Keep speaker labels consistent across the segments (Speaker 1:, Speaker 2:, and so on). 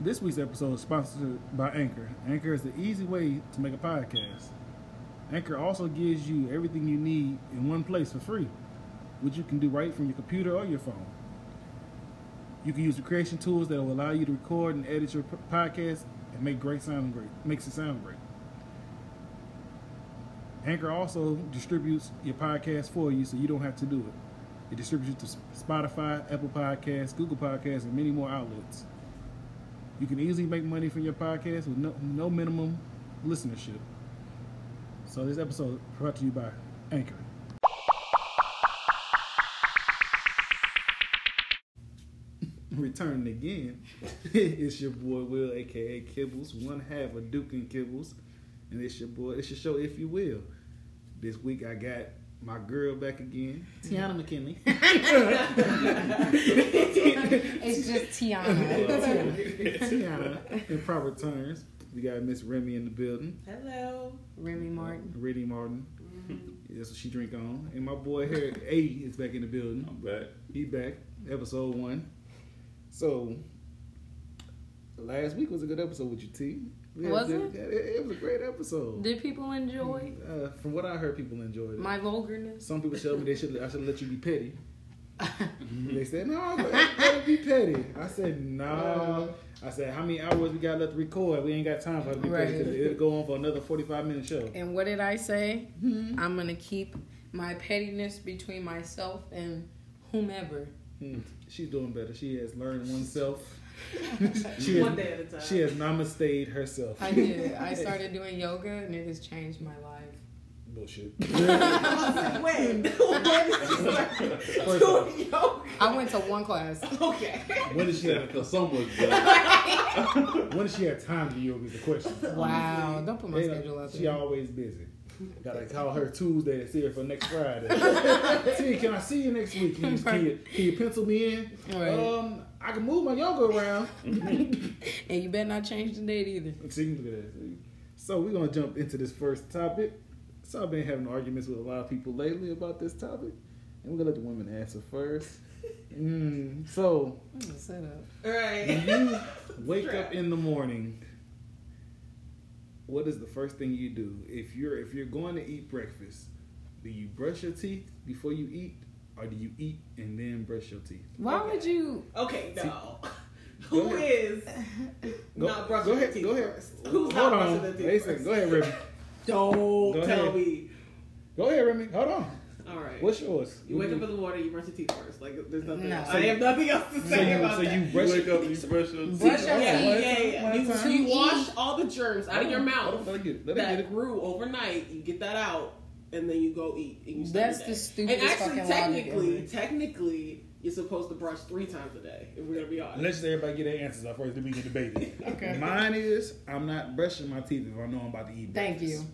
Speaker 1: This week's episode is sponsored by Anchor. Anchor is the easy way to make a podcast. Anchor also gives you everything you need in one place for free, which you can do right from your computer or your phone. You can use the creation tools that will allow you to record and edit your p- podcast and make great sound great makes it sound great. Anchor also distributes your podcast for you, so you don't have to do it. It distributes it to Spotify, Apple Podcasts, Google Podcasts, and many more outlets. You can easily make money from your podcast with no, no minimum listenership. So this episode is brought to you by Anchor. Returning again, it's your boy Will, aka Kibbles, one half of Duke and Kibbles, and it's your boy. It's your show, if you will. This week I got my girl back again, Tiana McKinley.
Speaker 2: It's just Tiana.
Speaker 1: Tiana, in proper terms, we got Miss Remy in the building.
Speaker 3: Hello.
Speaker 2: Remy Martin. Mm-hmm.
Speaker 1: Remy Uh, Martin. That's what she drink on. And my boy Herrick A is back in the building.
Speaker 4: I'm back.
Speaker 1: He back. Episode one. So last week was a good episode with you, T. We had a
Speaker 2: Was
Speaker 1: good- It, it was a great episode.
Speaker 2: Did people enjoy
Speaker 1: Uh, from what I heard, people enjoyed it.
Speaker 2: my vulgarness?
Speaker 1: Some people told me they should I should let you be petty.
Speaker 4: Mm-hmm.
Speaker 1: They said no, let let it be petty. I said
Speaker 2: Uh-huh.
Speaker 1: no. I said how many hours we got left to record? We ain't got time for it to be petty.
Speaker 2: Right.
Speaker 1: 'cause It'll go on for another forty five minute show.
Speaker 2: And what did I say? I'm gonna keep my pettiness between myself and whomever.
Speaker 1: Mm, She's doing better. She has learned oneself. she, has,
Speaker 3: One day at a time.
Speaker 1: she has namasteed herself.
Speaker 2: I did. I started doing yoga and it has changed my life.
Speaker 1: Bullshit.
Speaker 3: when? when did you start
Speaker 1: First off,
Speaker 3: doing yoga?
Speaker 2: I went to one class.
Speaker 3: Okay.
Speaker 1: when does she have
Speaker 4: Because someone's back.
Speaker 1: when does she have time to do yoga is the question.
Speaker 2: Wow. Don't put my
Speaker 1: Ain't no-
Speaker 2: schedule out
Speaker 1: she
Speaker 2: there.
Speaker 1: always busy. Gotta call her Tuesday to see her for next Friday. T, can I see you next week? Can you, can you, can you pencil me in?
Speaker 2: Right.
Speaker 1: Um, I can move my yoga around.
Speaker 2: And you better not change the date either.
Speaker 1: See, look at that. So we're gonna jump into this first topic. So I've been having arguments with a lot of people lately about this topic, and we're gonna let the women answer first. Mm, so
Speaker 2: What a setup.
Speaker 3: All
Speaker 1: when
Speaker 3: right.
Speaker 1: you wake up in the morning, what is the first thing you do? If you're if you're going to eat breakfast, do you brush your teeth before you eat, or do you eat and then brush your teeth?
Speaker 2: Why would you?
Speaker 3: Okay, no.
Speaker 1: Go
Speaker 3: Who
Speaker 1: ahead.
Speaker 3: is not brushing
Speaker 1: go
Speaker 3: their
Speaker 1: ahead,
Speaker 3: teeth
Speaker 1: go ahead.
Speaker 3: first? Who's
Speaker 1: Hold
Speaker 3: not
Speaker 1: on,
Speaker 3: brushing their teeth
Speaker 1: Mason,
Speaker 3: first?
Speaker 1: Go ahead, Remy.
Speaker 3: Don't
Speaker 1: Go
Speaker 3: tell
Speaker 1: ahead.
Speaker 3: me.
Speaker 1: Go ahead, Remy. Hold on.
Speaker 3: All right.
Speaker 1: What's yours?
Speaker 3: you wake up in the water, you brush your teeth first. Like, there's nothing
Speaker 2: No.
Speaker 3: else. I have nothing else to
Speaker 1: So
Speaker 3: say
Speaker 1: you,
Speaker 3: about
Speaker 1: so
Speaker 3: that.
Speaker 1: you
Speaker 4: You
Speaker 1: brush
Speaker 4: wake
Speaker 1: your
Speaker 4: up, you brush your teeth.
Speaker 2: Brush your
Speaker 3: yeah, yeah,
Speaker 2: teeth.
Speaker 3: yeah,
Speaker 1: One
Speaker 3: You,
Speaker 1: time.
Speaker 3: so you
Speaker 2: To
Speaker 3: wash
Speaker 2: eat.
Speaker 3: all the germs out of your
Speaker 1: Hold on,
Speaker 3: mouth
Speaker 1: Let her get it. Let her get
Speaker 3: that
Speaker 1: it.
Speaker 3: grew overnight. You get that out, and then you go eat. And you start
Speaker 2: That's
Speaker 3: your
Speaker 2: the
Speaker 3: day.
Speaker 2: stupidest
Speaker 3: And actually,
Speaker 2: fucking logic
Speaker 3: technically,
Speaker 2: ever.
Speaker 3: technically, you're supposed to brush three times a day. If we're gonna be honest.
Speaker 1: Let's just everybody get their answers out first, then we can debate it.
Speaker 2: Okay.
Speaker 1: Mine is I'm not brushing my teeth if I know I'm about to eat.
Speaker 2: Thank
Speaker 1: breakfast.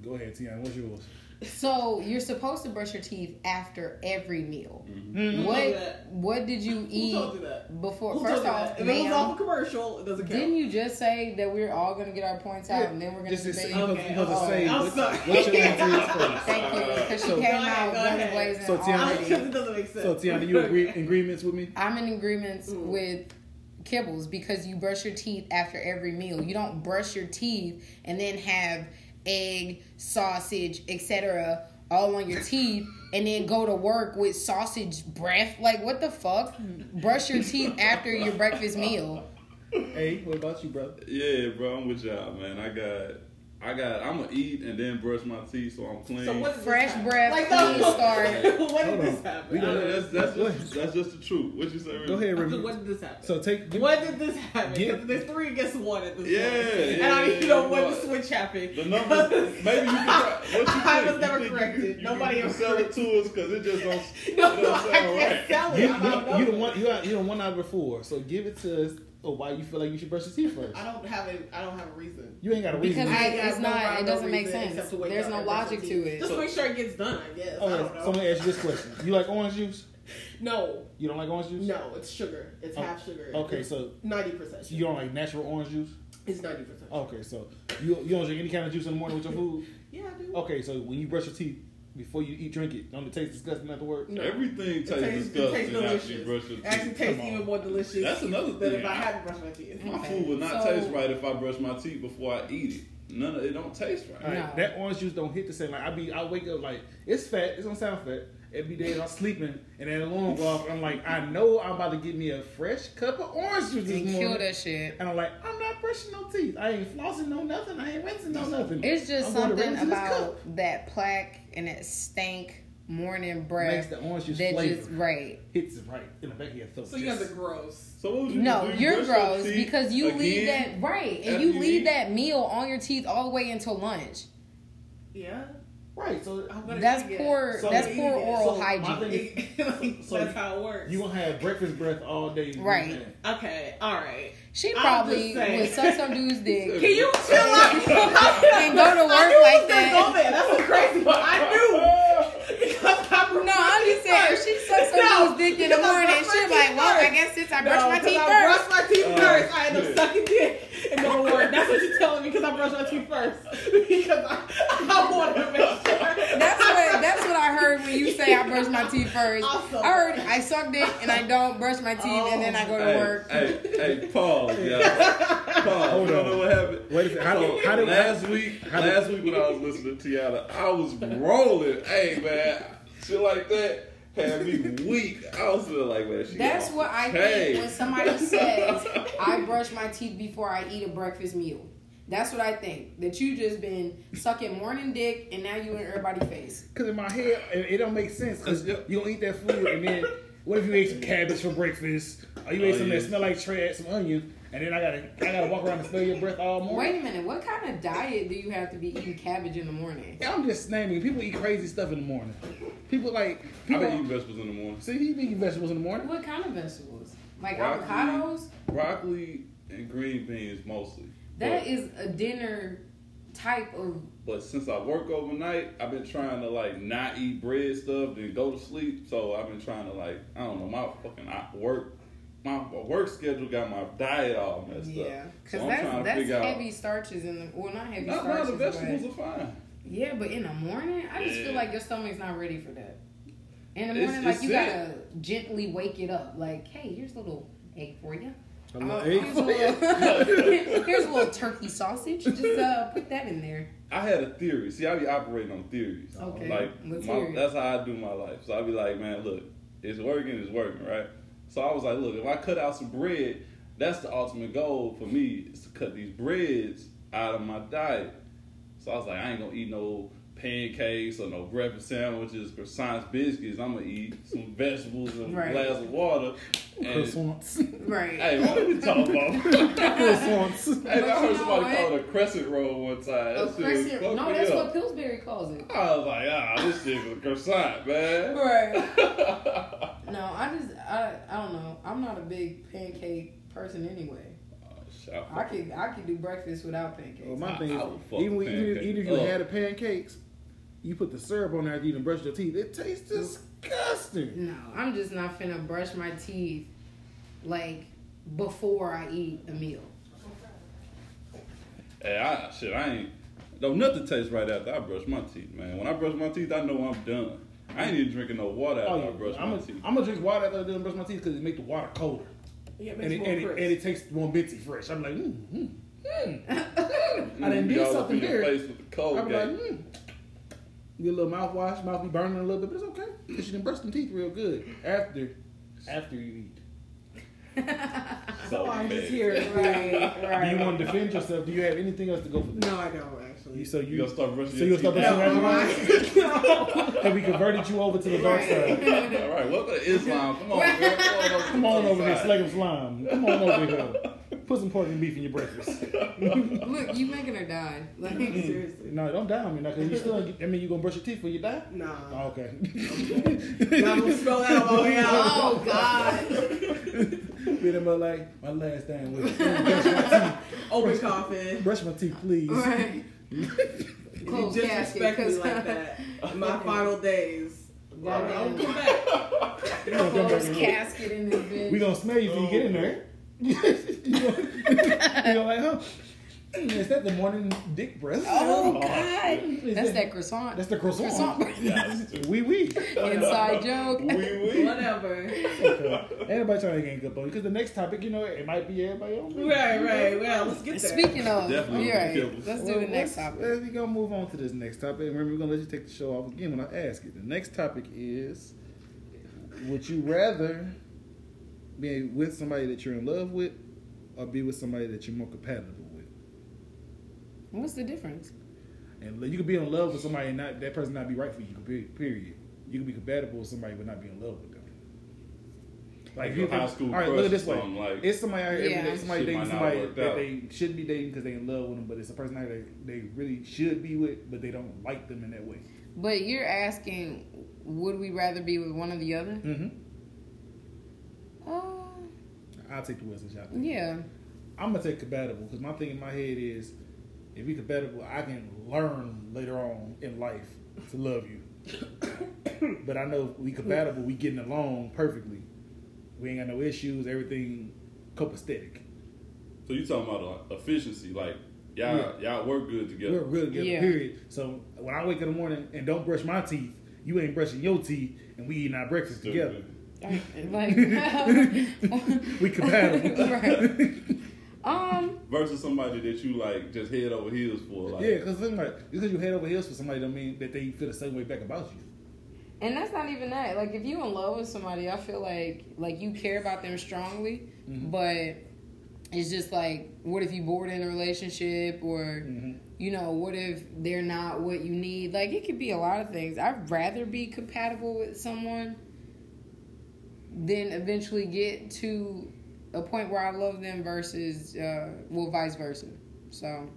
Speaker 2: you.
Speaker 1: Go ahead, Tiana. What's yours?
Speaker 2: So you're supposed to brush your teeth after every meal.
Speaker 1: Mhm.
Speaker 3: Who told you
Speaker 2: What
Speaker 3: that?
Speaker 2: What did you
Speaker 3: Who
Speaker 2: eat
Speaker 3: told you that?
Speaker 2: before?
Speaker 3: Who
Speaker 2: First
Speaker 3: told you
Speaker 2: off,
Speaker 3: that? if it was off a
Speaker 2: ma'am,
Speaker 3: commercial, it doesn't count.
Speaker 2: didn't you just say that we're all going to get our points out and then we're going
Speaker 1: Just
Speaker 2: to
Speaker 1: to
Speaker 2: debate?
Speaker 1: say,
Speaker 3: Okay,
Speaker 1: because because
Speaker 2: oh,
Speaker 1: to say
Speaker 3: I'm
Speaker 1: what,
Speaker 3: sorry.
Speaker 1: what your answer is first.
Speaker 2: Thank you, because she
Speaker 1: So-
Speaker 2: came
Speaker 3: Go ahead,
Speaker 2: out
Speaker 3: go
Speaker 2: guns
Speaker 3: ahead.
Speaker 2: blazing.
Speaker 1: So, Tiana-
Speaker 3: I-
Speaker 2: already.
Speaker 3: 'cause it doesn't make sense.
Speaker 1: So Tiana, you agree in agreements with me?
Speaker 2: I'm in agreements
Speaker 3: Mm.
Speaker 2: with kibbles because you brush your teeth after every meal. You don't brush your teeth and then have egg, sausage, etc. all on your teeth and then go to work with sausage breath. Like what the fuck?
Speaker 1: Mm.
Speaker 2: Brush your teeth after your breakfast meal.
Speaker 1: Hey, what about you, brother?
Speaker 4: Yeah, bro, I'm with y'all, man. I got, I got. I'm gonna eat and then brush my teeth so I'm clean.
Speaker 3: So what did
Speaker 2: Fresh
Speaker 3: this happen?
Speaker 2: breath,
Speaker 3: Like,
Speaker 2: clean
Speaker 3: no.
Speaker 2: start.
Speaker 1: Hold
Speaker 3: what did
Speaker 1: on.
Speaker 3: this
Speaker 1: We
Speaker 3: happen?
Speaker 4: Yeah,
Speaker 1: gonna-
Speaker 3: I
Speaker 4: that's that's just, that's just the truth. What you say? Remy?
Speaker 1: Go ahead,
Speaker 3: don't know.
Speaker 1: Remy.
Speaker 3: What did this happen?
Speaker 1: So take give-
Speaker 3: what did this happen?
Speaker 1: Give-
Speaker 3: 'Cause there's three against one at this
Speaker 4: Yeah,
Speaker 3: point. and
Speaker 4: yeah,
Speaker 3: I need to
Speaker 4: yeah,
Speaker 3: know
Speaker 4: yeah.
Speaker 3: when the switch happened.
Speaker 4: The numbers. maybe you can. try- What you
Speaker 3: I
Speaker 4: think?
Speaker 3: was
Speaker 4: You
Speaker 3: never
Speaker 4: think you
Speaker 3: corrected.
Speaker 4: can- you
Speaker 3: Nobody
Speaker 4: can
Speaker 3: was
Speaker 4: sell it to us because it just don't.
Speaker 3: no,
Speaker 4: it
Speaker 3: no,
Speaker 4: don't
Speaker 3: I
Speaker 4: sound
Speaker 3: can't
Speaker 4: right.
Speaker 3: sell it.
Speaker 1: you,
Speaker 3: I don't
Speaker 1: you,
Speaker 3: know.
Speaker 1: you the one you are- you the one out of the four. So give it to us. Or why you feel like you should brush your teeth first?
Speaker 3: I don't have a, I don't have a reason.
Speaker 1: You ain't got a reason.
Speaker 2: Because it,
Speaker 3: I ain't got
Speaker 2: it's
Speaker 3: no
Speaker 2: not,
Speaker 3: rhyme,
Speaker 2: it
Speaker 3: no
Speaker 2: doesn't make
Speaker 3: reason
Speaker 2: sense.
Speaker 3: except to wake
Speaker 2: There's
Speaker 3: up
Speaker 2: no
Speaker 3: and brush
Speaker 2: logic
Speaker 3: your
Speaker 2: to
Speaker 3: teeth.
Speaker 2: it.
Speaker 3: Just make sure it gets done. I guess. I
Speaker 1: Okay,
Speaker 3: don't
Speaker 1: Oh, so
Speaker 3: know.
Speaker 1: I'm gonna ask you this question. You like orange juice?
Speaker 3: no,
Speaker 1: You don't like orange juice?
Speaker 3: no, it's sugar. It's
Speaker 1: Oh,
Speaker 3: half sugar.
Speaker 1: Okay, so
Speaker 3: ninety percent.
Speaker 1: you don't like natural orange juice?
Speaker 3: It's ninety
Speaker 1: Oh.
Speaker 3: percent.
Speaker 1: Okay, so you you don't drink any kind of juice in the morning with your food?
Speaker 3: Yeah, I do.
Speaker 1: Okay, so when you brush your teeth, before you eat, drink it. Don't it taste disgusting afterward?
Speaker 3: No.
Speaker 4: Everything
Speaker 3: It
Speaker 4: tastes disgusting after you brush your
Speaker 3: It actually
Speaker 4: teeth.
Speaker 3: tastes
Speaker 5: Come
Speaker 3: even
Speaker 5: on.
Speaker 3: more delicious.
Speaker 4: That's another
Speaker 3: than
Speaker 4: thing.
Speaker 3: if I
Speaker 4: I-
Speaker 3: hadn't brushed my teeth.
Speaker 4: My
Speaker 2: Okay.
Speaker 4: food would not
Speaker 2: So-
Speaker 4: taste right if I brush my teeth before I eat it. None of it don't taste right.
Speaker 1: Like,
Speaker 2: No.
Speaker 1: That orange juice don't hit the same. Like I be, I wake up like it's fat. It's gonna sound fat. Every day I'm sleeping, and that alarm go off. I'm like, I know I'm about to get me a fresh cup of orange juice this
Speaker 2: and kill
Speaker 1: morning.
Speaker 2: that shit.
Speaker 1: And I'm like, I'm not brushing no teeth. I ain't flossing no nothing. I ain't rinsing no nothing.
Speaker 2: It's just
Speaker 1: I'm going to
Speaker 2: something
Speaker 1: rinse in this cup.
Speaker 2: about that plaque and that stank morning
Speaker 1: makes
Speaker 2: breath
Speaker 1: the orange juice
Speaker 2: that
Speaker 1: flavor
Speaker 2: just right.
Speaker 1: hits it right in the back of your throat.
Speaker 3: So you guys
Speaker 1: Just-
Speaker 3: are gross.
Speaker 4: So what would you
Speaker 2: No,
Speaker 4: do? You
Speaker 2: you're
Speaker 4: brush your
Speaker 2: gross
Speaker 4: teeth
Speaker 2: because you leave
Speaker 4: again?
Speaker 2: that right and
Speaker 4: after
Speaker 2: you
Speaker 4: you
Speaker 2: leave
Speaker 4: eat?
Speaker 2: that meal on your teeth all the way until lunch.
Speaker 3: Yeah.
Speaker 1: right. So
Speaker 3: I'm gonna
Speaker 2: That's
Speaker 3: eat it.
Speaker 2: poor.
Speaker 1: So
Speaker 2: that's
Speaker 3: you
Speaker 2: poor
Speaker 3: eat it.
Speaker 2: oral
Speaker 1: So my
Speaker 2: hygiene.
Speaker 1: thing-
Speaker 3: Like,
Speaker 1: So-
Speaker 3: that's how it works.
Speaker 1: you gonna have breakfast breath all day,
Speaker 2: Right.
Speaker 1: man.
Speaker 3: okay, all right.
Speaker 2: She
Speaker 3: I'm
Speaker 2: probably
Speaker 3: just saying.
Speaker 2: would suck some dude's dick
Speaker 3: Can you chill out?
Speaker 2: and go to
Speaker 3: I
Speaker 2: work
Speaker 3: knew it
Speaker 2: like
Speaker 3: was gonna go
Speaker 2: that.
Speaker 3: there. That's the crazy one. I knew because I
Speaker 2: No, I'm just saying if she sucks some dude's dick in the morning, she like, well, I guess since I brushed my teeth
Speaker 3: I
Speaker 2: first.
Speaker 3: brushed my teeth
Speaker 4: Oh,
Speaker 3: first. I end up
Speaker 4: shit.
Speaker 3: sucking dick and going to work. That's what you're telling me because I brushed my teeth first. Because I, I want to make sure.
Speaker 2: That's what that's what I heard when you say I brush my teeth first.
Speaker 3: Awesome.
Speaker 2: I heard I suck dick and I don't brush my teeth and then I go to
Speaker 4: Hey,
Speaker 2: work.
Speaker 4: Hey, hey, pause, y'all. Pause.
Speaker 1: Hold
Speaker 4: you don't
Speaker 1: on.
Speaker 4: know what happened.
Speaker 1: Wait a second. How
Speaker 4: So,
Speaker 1: did- how did-
Speaker 4: last week?
Speaker 1: how did-
Speaker 4: last week when I was listening to Tiana, I was rolling. Hey man, shit like that had me weak. I was feeling like man, she
Speaker 2: That's
Speaker 4: off
Speaker 2: what
Speaker 4: the
Speaker 2: I
Speaker 4: chain.
Speaker 2: think when somebody says I brush my teeth before I eat a breakfast meal. That's what I think. That you just been sucking morning dick and now you in everybody's face.
Speaker 1: Cause in my head, it, it don't make sense. Cause
Speaker 4: Yep.
Speaker 1: you don't eat that food, and then what if you ate some cabbage for breakfast, or you ate
Speaker 4: Oh,
Speaker 1: some
Speaker 4: yeah.
Speaker 1: that smell like trash, some onions, and then I gotta, I gotta walk around and smell your breath all morning.
Speaker 2: Wait a minute, what kind of diet do you have to be eating cabbage in the morning?
Speaker 1: I'm just naming. People eat crazy stuff in the morning. People like,
Speaker 4: I've
Speaker 1: people,
Speaker 4: been eating vegetables in the morning.
Speaker 1: see, he be eating vegetables in the morning.
Speaker 2: What kind of vegetables? Like
Speaker 4: Broccoli.
Speaker 2: avocados?
Speaker 4: Broccoli and green beans mostly.
Speaker 2: That
Speaker 4: But-
Speaker 2: is a dinner type of
Speaker 4: But since I work overnight, I've been trying to like not eat bread stuff and go to sleep. So I've been trying to like I don't know my fucking I- work my my work schedule got my diet all messed up.
Speaker 2: Yeah, because
Speaker 4: So I'm trying
Speaker 2: that's
Speaker 4: to
Speaker 2: that's
Speaker 4: figure out-
Speaker 2: heavy starches in the well, not heavy
Speaker 4: No, no,
Speaker 2: starches,
Speaker 4: the vegetables
Speaker 2: but
Speaker 4: are fine.
Speaker 2: yeah, but in the morning, I just feel
Speaker 4: Yeah.
Speaker 2: like your stomach's not ready for that. In the
Speaker 4: It's-
Speaker 2: morning, like
Speaker 4: it's
Speaker 2: you
Speaker 4: it.
Speaker 2: gotta gently wake it up. Like, hey, here's a little egg for you.
Speaker 5: A
Speaker 2: Uh,
Speaker 5: little egg.
Speaker 2: here's, a little, here's a little turkey sausage. Just uh, put that in there.
Speaker 4: I had a theory. See, I be operating on theories.
Speaker 2: Okay,
Speaker 4: Like
Speaker 2: let's
Speaker 4: my,
Speaker 2: hear it.
Speaker 4: that's how I do my life. So I be like, man, look, it's working, it's working, right? So I was like, look, if I cut out some bread, that's the ultimate goal for me is to cut these breads out of my diet. So I was like, I ain't gonna eat no pancakes or no breakfast sandwiches, croissants, biscuits. I'm gonna eat some vegetables and
Speaker 2: Right.
Speaker 4: a glass of water. And,
Speaker 1: Croissants.
Speaker 2: Right.
Speaker 4: hey, what are we talking about?
Speaker 1: Croissants.
Speaker 4: Hey, man, I
Speaker 2: But you
Speaker 4: heard
Speaker 2: know
Speaker 4: somebody
Speaker 2: what?
Speaker 4: call it a crescent roll one time.
Speaker 2: a
Speaker 4: That shit
Speaker 2: crescent.
Speaker 4: fucked
Speaker 2: Oh, No,
Speaker 4: me
Speaker 2: that's
Speaker 4: up.
Speaker 2: what Pillsbury calls it.
Speaker 4: I was like, ah, this shit is a croissant, man.
Speaker 2: Right. No, I just I I don't know. I'm not a big pancake person anyway. I
Speaker 4: Shout
Speaker 2: could I could do breakfast without pancakes.
Speaker 5: Well, my
Speaker 4: I-
Speaker 5: thing is,
Speaker 4: I
Speaker 2: Oh,
Speaker 4: would fuck
Speaker 5: even, when- even, if-
Speaker 4: pancakes
Speaker 5: even if you
Speaker 4: up.
Speaker 5: had the pancakes, you put the syrup on there after you even brushed your teeth. It tastes disgusting.
Speaker 2: no, I'm just not finna brush my teeth like before I eat a meal.
Speaker 4: Hey, I, shit, I ain't. Don't nothing taste right after I brush my teeth, man. When I brush my teeth, I know I'm done. I ain't even drinking no water after
Speaker 1: Oh,
Speaker 4: I brush
Speaker 1: yeah. I'm
Speaker 4: my
Speaker 1: gonna
Speaker 4: teeth.
Speaker 1: I'm gonna drink water after I done brush my teeth because it make the water colder.
Speaker 3: Yeah, it
Speaker 1: And
Speaker 3: makes
Speaker 1: it,
Speaker 3: more
Speaker 1: and, it,
Speaker 3: crisp.
Speaker 1: and it tastes more minty fresh. I'm like, mm, mm, mm. I
Speaker 4: Mm,
Speaker 1: done
Speaker 4: y'all
Speaker 1: did
Speaker 4: up
Speaker 1: something
Speaker 4: in your
Speaker 1: there.
Speaker 4: Face with the cold
Speaker 1: I'm
Speaker 4: gate.
Speaker 1: like, mm. Get a little mouthwash, mouth be burning a little bit, but it's okay. Cause you done brush them teeth real good after, after you eat.
Speaker 3: so I'm just
Speaker 4: bad.
Speaker 3: here.
Speaker 2: Right,
Speaker 1: Do you want
Speaker 2: right.
Speaker 1: to defend yourself? Do you have anything else to go for? This?
Speaker 3: No, I don't actually.
Speaker 1: So
Speaker 4: You
Speaker 1: you,
Speaker 4: gonna start brushing
Speaker 1: so you
Speaker 4: your
Speaker 1: gonna start
Speaker 4: teeth?
Speaker 1: brushing
Speaker 3: No,
Speaker 1: right
Speaker 3: I-
Speaker 1: now? Have we converted you over to the dark side?
Speaker 2: Right.
Speaker 4: All right, welcome to Islam. Come on, girl.
Speaker 1: Come on over here,
Speaker 4: outside.
Speaker 1: slay them slime. Come on over here. Put some pork and beef in your breakfast.
Speaker 2: Look, you making her die. Like
Speaker 3: Seriously.
Speaker 1: No, don't die on me now, cause you still. I mean, you gonna brush your teeth when you die?
Speaker 3: Nah.
Speaker 1: Oh, okay.
Speaker 3: Nah, I'm gonna spell that all the way out.
Speaker 2: Oh God.
Speaker 1: Been in my like my last thing was
Speaker 3: Open coffin.
Speaker 1: brush my teeth, please.
Speaker 2: Right.
Speaker 3: If you
Speaker 2: Close
Speaker 3: disrespect
Speaker 2: casket.
Speaker 3: me
Speaker 2: 'cause-
Speaker 3: like that, in my final days, I'm gonna come
Speaker 2: Goddamn
Speaker 3: back.
Speaker 1: You gonna come back
Speaker 2: Closed
Speaker 1: and-
Speaker 2: casket in this bitch.
Speaker 1: We gonna smell you if you get in there. you gonna like, huh? Mm, Is that the morning dick breath?
Speaker 2: Oh,
Speaker 4: Oh,
Speaker 2: God.
Speaker 1: Is
Speaker 2: That's
Speaker 1: that-
Speaker 2: that croissant.
Speaker 1: That's the croissant.
Speaker 4: Yes.
Speaker 1: Wee wee.
Speaker 2: Inside joke.
Speaker 4: Wee wee.
Speaker 3: Whatever.
Speaker 1: Everybody trying to get good because the next topic, you know, it might be everybody else.
Speaker 3: Right, right. Well, let's get there.
Speaker 2: Speaking of,
Speaker 4: Definitely
Speaker 2: you're right.
Speaker 4: killed us.
Speaker 2: Let's do the next topic.
Speaker 1: We're uh, gonna move on to this next topic. Remember, we're gonna let you take the show off again when I ask it. The next topic is: Would you rather be with somebody that you're in love with, or be with somebody that you're more compatible with?
Speaker 2: What's the difference?
Speaker 1: And you could be in love with somebody and not that person not be right for you. pe- Period. You could be compatible with somebody but not be in love with them. Like
Speaker 4: Like
Speaker 1: you
Speaker 4: a high school
Speaker 1: All right,
Speaker 4: crush
Speaker 1: look at this
Speaker 4: or
Speaker 1: way.
Speaker 4: something, like-
Speaker 1: it's somebody out here every
Speaker 2: Yeah.
Speaker 1: day. Somebody
Speaker 4: Shit
Speaker 1: dating
Speaker 4: might not
Speaker 1: somebody
Speaker 4: work
Speaker 1: that
Speaker 4: out.
Speaker 1: they shouldn't be dating because they in love with them, but it's a person out there they really should be with, but they don't like them in that way.
Speaker 2: But you're asking, would we rather be with one or the other?
Speaker 1: Mm-hmm.
Speaker 2: Uh,
Speaker 1: I'll take the Wesley shot.
Speaker 2: yeah.
Speaker 1: I'm gonna take compatible because my thing in my head is, if you compatible, I can learn later on in life to love you. but I know if we compatible, we getting along perfectly. We ain't got no issues. Everything copacetic.
Speaker 4: So you talking about uh, efficiency? Like y'all, y'all work good
Speaker 1: We're
Speaker 4: together.
Speaker 1: real good.
Speaker 2: Yeah.
Speaker 1: Period. So when I wake up in the morning and don't brush my teeth, you ain't brushing your teeth, and we eating our breakfast together.
Speaker 2: Like,
Speaker 1: We compatible.
Speaker 2: right. Um,
Speaker 4: Versus somebody that you like just head over heels for. Like,
Speaker 1: Yeah, because like, because you head over heels for somebody, don't mean that they feel the same way back about you.
Speaker 2: and that's not even that. Like, if you in love with somebody, I feel like like you care about them strongly, but it's just like, what if you bored in a relationship, or
Speaker 1: Mm-hmm.
Speaker 2: you know, what if they're not what you need? Like, it could be a lot of things. I'd rather be compatible with someone than eventually get to a point where I love them versus, uh, well, vice versa. So,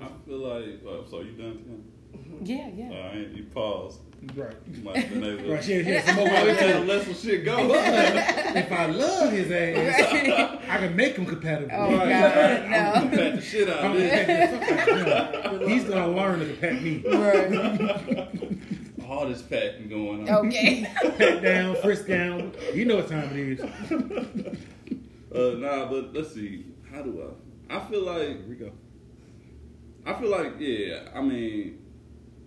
Speaker 4: I feel like. Oh, so you done?
Speaker 2: yeah, yeah.
Speaker 4: Tim? All right, you paused.
Speaker 1: Right.
Speaker 4: You might have been able.
Speaker 1: Right.
Speaker 4: to
Speaker 1: She hear some more
Speaker 4: Probably
Speaker 1: about
Speaker 4: could
Speaker 1: it.
Speaker 4: have let some shit go.
Speaker 1: if I love his ass, I can make him compatible.
Speaker 2: Oh
Speaker 1: Right.
Speaker 2: God,
Speaker 4: I'm gonna
Speaker 2: no.
Speaker 4: pat the shit out
Speaker 1: I'm
Speaker 4: of
Speaker 1: gonna
Speaker 4: this.
Speaker 1: pat you. He's gonna learn to pat me.
Speaker 4: All this patting going on.
Speaker 2: okay.
Speaker 1: Pat down, frisk down. You know what time it is.
Speaker 4: Uh, nah, but let's see. How do I? I feel like
Speaker 1: Here we go.
Speaker 4: I feel like, yeah, I mean,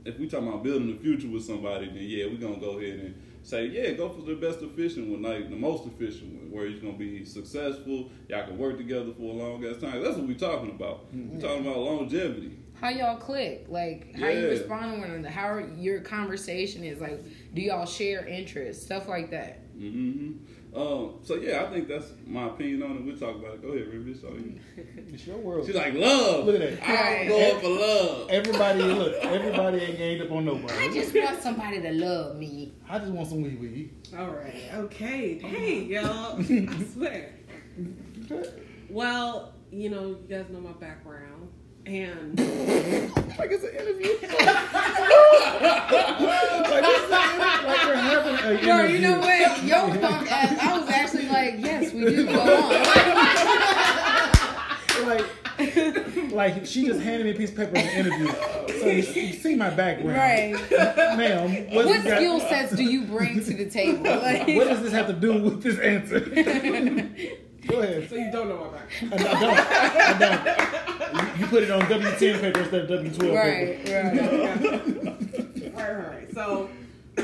Speaker 4: if we talking about building the future with somebody, then yeah, we're gonna go ahead and say, yeah, go for the best efficient one, like the most efficient one, where you're gonna be successful, y'all can work together for a long ass time. That's what we're talking about.
Speaker 1: Mm-hmm.
Speaker 4: We're talking about longevity.
Speaker 2: How y'all click? Like how
Speaker 4: Yeah.
Speaker 2: you respond to one another? How your conversation is? Like, do y'all share interests? Stuff like that.
Speaker 4: hmm Um, so yeah, I think that's my opinion on it. We'll talk about it. Go ahead, Ruby. So you.
Speaker 1: It's your world.
Speaker 4: She's like love.
Speaker 1: Look at that.
Speaker 4: I'm going for love.
Speaker 1: Everybody, look, everybody ain't ganged up on nobody.
Speaker 2: I just want somebody to love me.
Speaker 1: I just want some wee wee.
Speaker 3: All right. Okay. Hey,
Speaker 1: Oh,
Speaker 3: y'all. I swear. Well, you know, you guys know my background. And
Speaker 1: Like it's an interview. like, it's an interview. like you're having an interview.
Speaker 2: Yo, you know what? Yo, punk ass. I was actually like, yes, we do. Go on.
Speaker 1: Like, like she just handed me a piece of paper in the interview. So you see you see my background,
Speaker 2: Right.
Speaker 1: ma'am? What's
Speaker 2: What skill sets do you bring to the table? Like,
Speaker 1: What does this have to do with this answer? Go ahead.
Speaker 3: so you don't know my
Speaker 1: I
Speaker 3: background.
Speaker 1: don't. I don't. You- You put it on W10 paper instead of W12
Speaker 2: right,
Speaker 1: paper.
Speaker 2: right.
Speaker 3: All right, all right. So